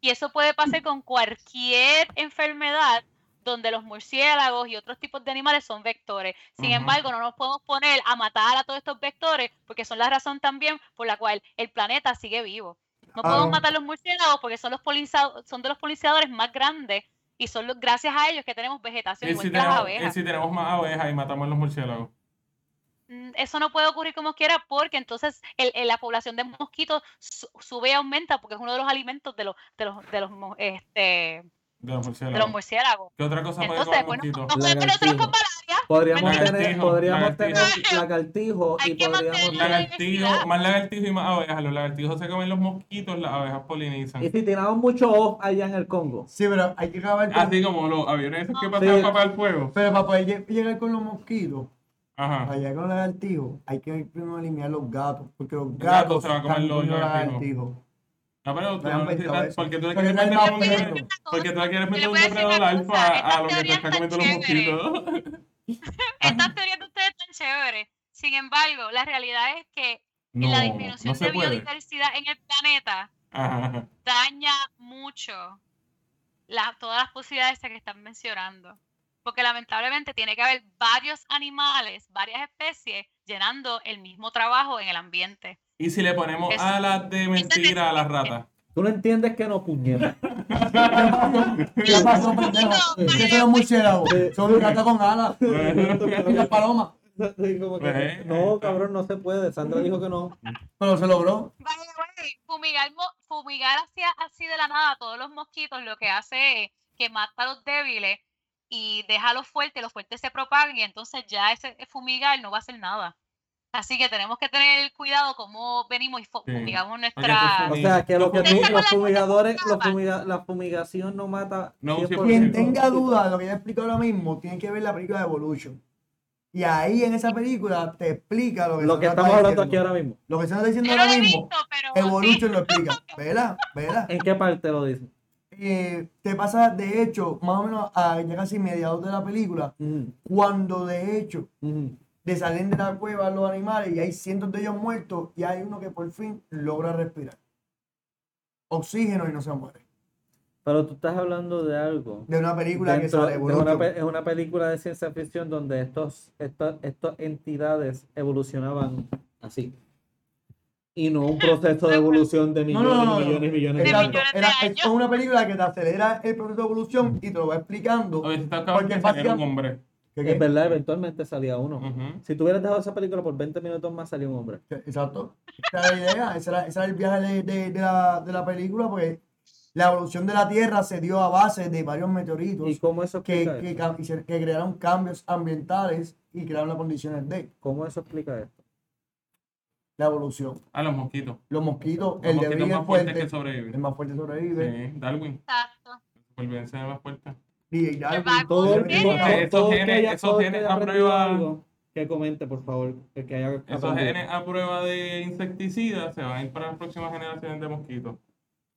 Y eso puede pasar con cualquier enfermedad donde los murciélagos y otros tipos de animales son vectores. Sin Ujú. embargo, no nos podemos poner a matar a todos estos vectores porque son la razón también por la cual el planeta sigue vivo. No podemos Ah. Claro. matar los murciélagos porque son los poliniza- son de los polinizadores más grandes y son los, gracias a ellos que tenemos vegetación, Y igual si, que las tenemos, y abejas. si tenemos más abejas y matamos los murciélagos. Mm, Eso no puede ocurrir como quiera porque entonces el- el- la población de mosquitos su- sube y aumenta porque es uno de los alimentos de los, de los, de los, mo- De este, los de los murciélagos. murciélagos. ¿Qué otra cosa puede Entonces, comer después mosquito? nos, nos podemos meter otros con Lagartijo. malaria. Podríamos Lagartijo, tener, podríamos tener lagartijo. lagartijo y Hay que podríamos mantener- tener. Lagartijo, más lagartijo y más abejas. Los lagartijos se comen los mosquitos, las abejas polinizan. Y si tiramos mucho off allá en el Congo. Sí, pero hay que acabar con... Así como los aviones esos que pasaban Ah. Sí. para el fuego. Pero para poder lle- llegar con los mosquitos, Ajá. Para llegar con los lagartijos, hay que primero eliminar los gatos, porque los gato gatos se va a comer están los comiendo lagartijos. No, Ah, pero tú No, no pero necesitas, eso- porque tú le porque quieres no hay meter más un Pero Bueno, es depredador. una cosa, Porque tú le quieres Yo le meter un voy a decir depredador una alfa cosa, a estas lo que te teorías está tan comiendo los chéveres. mosquitos. Estas teorías de ustedes tan chéveres. Sin embargo, la realidad es que No, la disminución no se de puede. biodiversidad en el planeta Ajá. daña mucho la- todas las posibilidades que están mencionando. Porque lamentablemente tiene que haber varios animales, varias especies, llenando el mismo trabajo en el ambiente. Y si le ponemos Es- alas de mentira a las ratas. Tú no entiendes que no puñeta. ¿Qué pasó, pendejo? Mira, ¿Qué son los murciélagos? Son los gatos con alas. Y las palomas. Sí, como que, Pues, no, cabrón, no se puede. Sandra dijo que no. Pero se logró. By the way, fumigar, mo- fumigar hacia, así de la nada todos los mosquitos lo que hace es que mata a los débiles y deja a los fuertes, los fuertes se propagan y entonces ya ese fumigar no va a hacer nada. Así que tenemos que tener cuidado cómo venimos y fu- Sí, fumigamos tú nuestra... O fumigas. sea, que, lo que tú- Esa es la los fumigadores, los fumiga- la fumigación no mata. No, 100%. Quien tenga duda de lo que ya he explicado ahora mismo, tiene que ver la película de Evolution. Y ahí en esa película te explica lo que, Lo se que está estamos hablando aquí diciendo. ahora mismo. Lo que se está diciendo Yo no ahora lo he mismo, visto, pero sí. Evolution lo explica. Vela, vela. ¿En qué parte lo dice? Eh, te pasa, de hecho, más o menos a ya casi mediados de la película, Ujú, cuando de hecho ujú. de salen de la cueva los animales y hay cientos de ellos muertos y hay uno que por fin logra respirar. Oxígeno y no se muere. Pero tú estás hablando de algo. De una película Dentro- que sale de Evolution. una pe- es una película de ciencia ficción donde estos, estos- estas entidades evolucionaban así. Y no un proceso de evolución de No, millones, no, no, no, no. millones, millones, De Exacto. millones. millones de Era- años. es una película que te acelera el proceso de evolución y te lo va explicando. Oye, si está Porque acabando de salir un básicamente- hombre. Que- que- Es verdad, eventualmente salía uno. Ujú. Si tú hubieras dejado esa película por 20 minutos más, salía un hombre. que- Exacto. Esa era la idea, ese era, ese era el viaje de, de- de la, de la película, porque la evolución de la Tierra se dio a base de varios meteoritos ¿Y cómo eso que, explica que esto? cam- hicieron- que crearon cambios ambientales y crearon las condiciones de ¿Cómo eso explica esto? la evolución. A los mosquitos. Los mosquitos, Los el de mosquitos Bill más el fuertes que fuerte, el sobreviven. más fuerte sobrevive. Sí, Darwin. Exacto. Supervivencia de más fuertes. DJ Darwin, vago. Todo el Jeremy todo- Corbyn. Esos todo el que genes- haya- esos todo el que genes haya aprendido aprueban- algo, que comente, por favor. el que haya Esos aprendido. genes a prueba de insecticidas se van a ir para las próximas generaciones de mosquitos.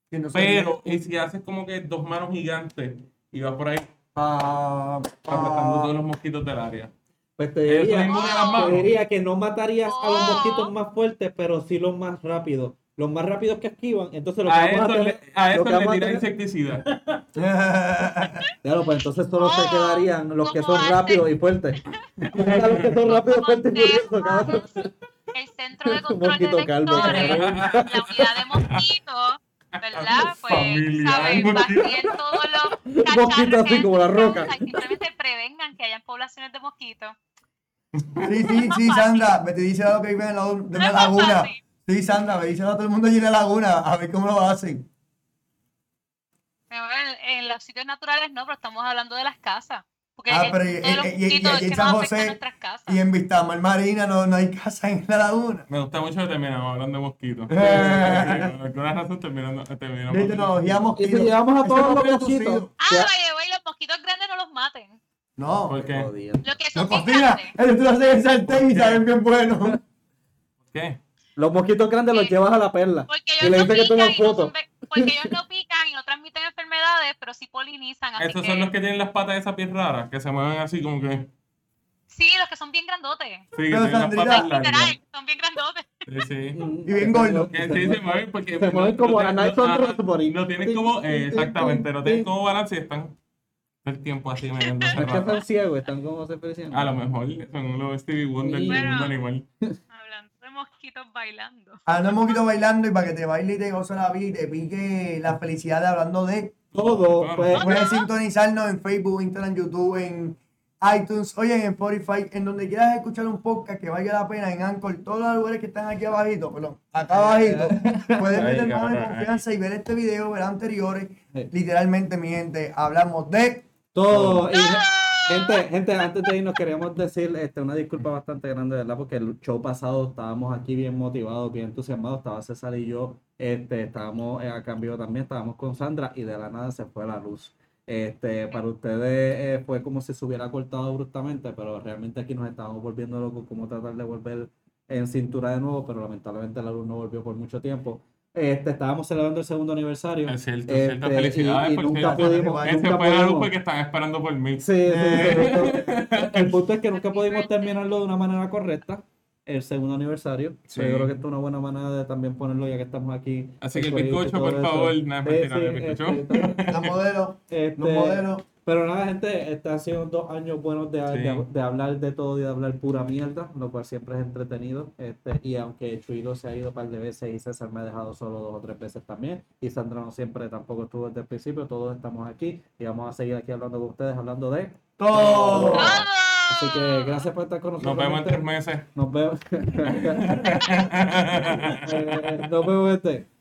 que no soy- Pero, y si haces como que dos manos gigantes y vas por ahí Ah, aplastando ah, todos los mosquitos del área. Pues te Ellos diría, son inmunes a las te manos. diría que no matarías a los Oh. mosquitos más fuertes, pero sí los más rápidos. los más rápidos que esquivan, entonces los que A vamos a esto le, tener... a lo esto que le vamos a tira tener- insecticida. Ah, Claro, pues entonces solo se Oh, quedarían los que ¿cómo son hace? rápidos y fuertes. A los que son rápidos, fuertes y furiosos, Ah. cabrón. Mosquito, El centro de control de Mosquito calvo, vectores, cabrón. la unidad de mosquitos, ¿verdad? Pues, Familiar, ¿sabes? mosquito. Batir todos los mosquito cacharros así que como la se roca. usan, que Simplemente prevengan que hayan poblaciones de mosquitos. Sí, sí, sí, Sandra, me te dice lo que vive en la, en la laguna. Sí, Sandra, me dice a todo el mundo allí en la laguna, a ver cómo lo hacen. Me voy En, en los sitios naturales no, pero estamos hablando de las casas. Porque Ah, el- pero y- todos los y- y- y mosquitos allí en que San nos afectan José a nuestras casas. Y en Vistamar Marina no, no hay casa en la laguna. Me gusta mucho que terminamos hablando de mosquitos. Eh. Por alguna razón terminando, terminamos. De tecnología Y mosquito. si llevamos a Eso todos no los fue mosquitos. reducido. Ah, Ya- vaya, vaya, los mosquitos grandes no los maten. No, ¿Por qué? ¿Por Jodido. Lo que son no bien cocina. grandes. Eso tú lo haces en sartén y saben bien bueno. qué? Los mosquitos grandes los Eh, llevas a la perla. Porque Y ellos, le no dice que pican toman y no fotos. son ve- porque ellos no pican y no transmiten enfermedades, pero sí polinizan. Así Estos que, son los que tienen las patas de esas pies raras, que se mueven así como que. Sí, los que son bien grandotes. Sí, que Pero, tienen las Sandrita- patas largas. Literal, son bien grandotes. Sí, sí. Y bien gordo. Que sí, se mueven porque. Se mueven como no- a no- Night on ajá, Rosebury. No tienen como. eh, exactamente, no tienen como balance y están todo el tiempo así metiéndose Es que patas. están ciegos, están como se parecían. A lo mejor son los Stevie Wonder del Bueno. mundo animal. Hablando de mosquitos bailando. Anda un poquito bailando y para que te baile y te goce la vida y te pique la felicidad de hablando de. Todo, pues, Puedes sintonizarnos en Facebook, Instagram, YouTube, en iTunes, oye, en Spotify, en donde quieras escuchar un podcast que valga la pena, en Anchor, todos los lugares que están aquí abajito, perdón, acá abajito, puedes Ay, meter mano en cabrón, confianza y ver este video, ver anteriores. Sí. Literalmente, mi gente, hablamos de. todo. Y, gente, gente, antes de irnos queremos decir este, una disculpa bastante grande, ¿verdad? Porque el show pasado estábamos aquí bien motivados, bien entusiasmados. Estaba César y yo, este, estábamos eh, a cambio también, estábamos con Sandra y de la nada se fue la luz. Este, para ustedes eh, fue como si se hubiera cortado abruptamente, pero realmente aquí nos estábamos volviendo locos, como tratar de volver en cintura de nuevo, pero lamentablemente la luz no volvió por mucho tiempo. Este, estábamos celebrando el segundo aniversario. Es cierto, Este, es cierto. Felicidades y- y por nunca cierto. pudimos- Ese nunca fue la luz pudimos. porque están esperando por mí. Sí, sí, correcto. El punto es que nunca pudimos terminarlo de una manera correcta, el segundo aniversario. Sí. Pero yo creo que esta es una buena manera de también ponerlo ya que estamos aquí. Así que el corito y bizcocho, todo por eso. favor, nada, mentira, Sí, sí, el bizcocho. este, La modelo, este, los modelos. Pero nada, gente, este han sido dos años buenos de, de- de hablar de todo y de hablar pura mierda, lo cual siempre es entretenido. Este, y aunque Chuilo se ha ido un par de veces y César me ha dejado solo dos o tres veces también, y Sandra no siempre tampoco estuvo desde el principio, todos estamos aquí y vamos a seguir aquí hablando con ustedes, hablando de Todo. Así que gracias por estar con nosotros. Nos vemos en gente. tres meses. Nos vemos. Eh, nos vemos, gente.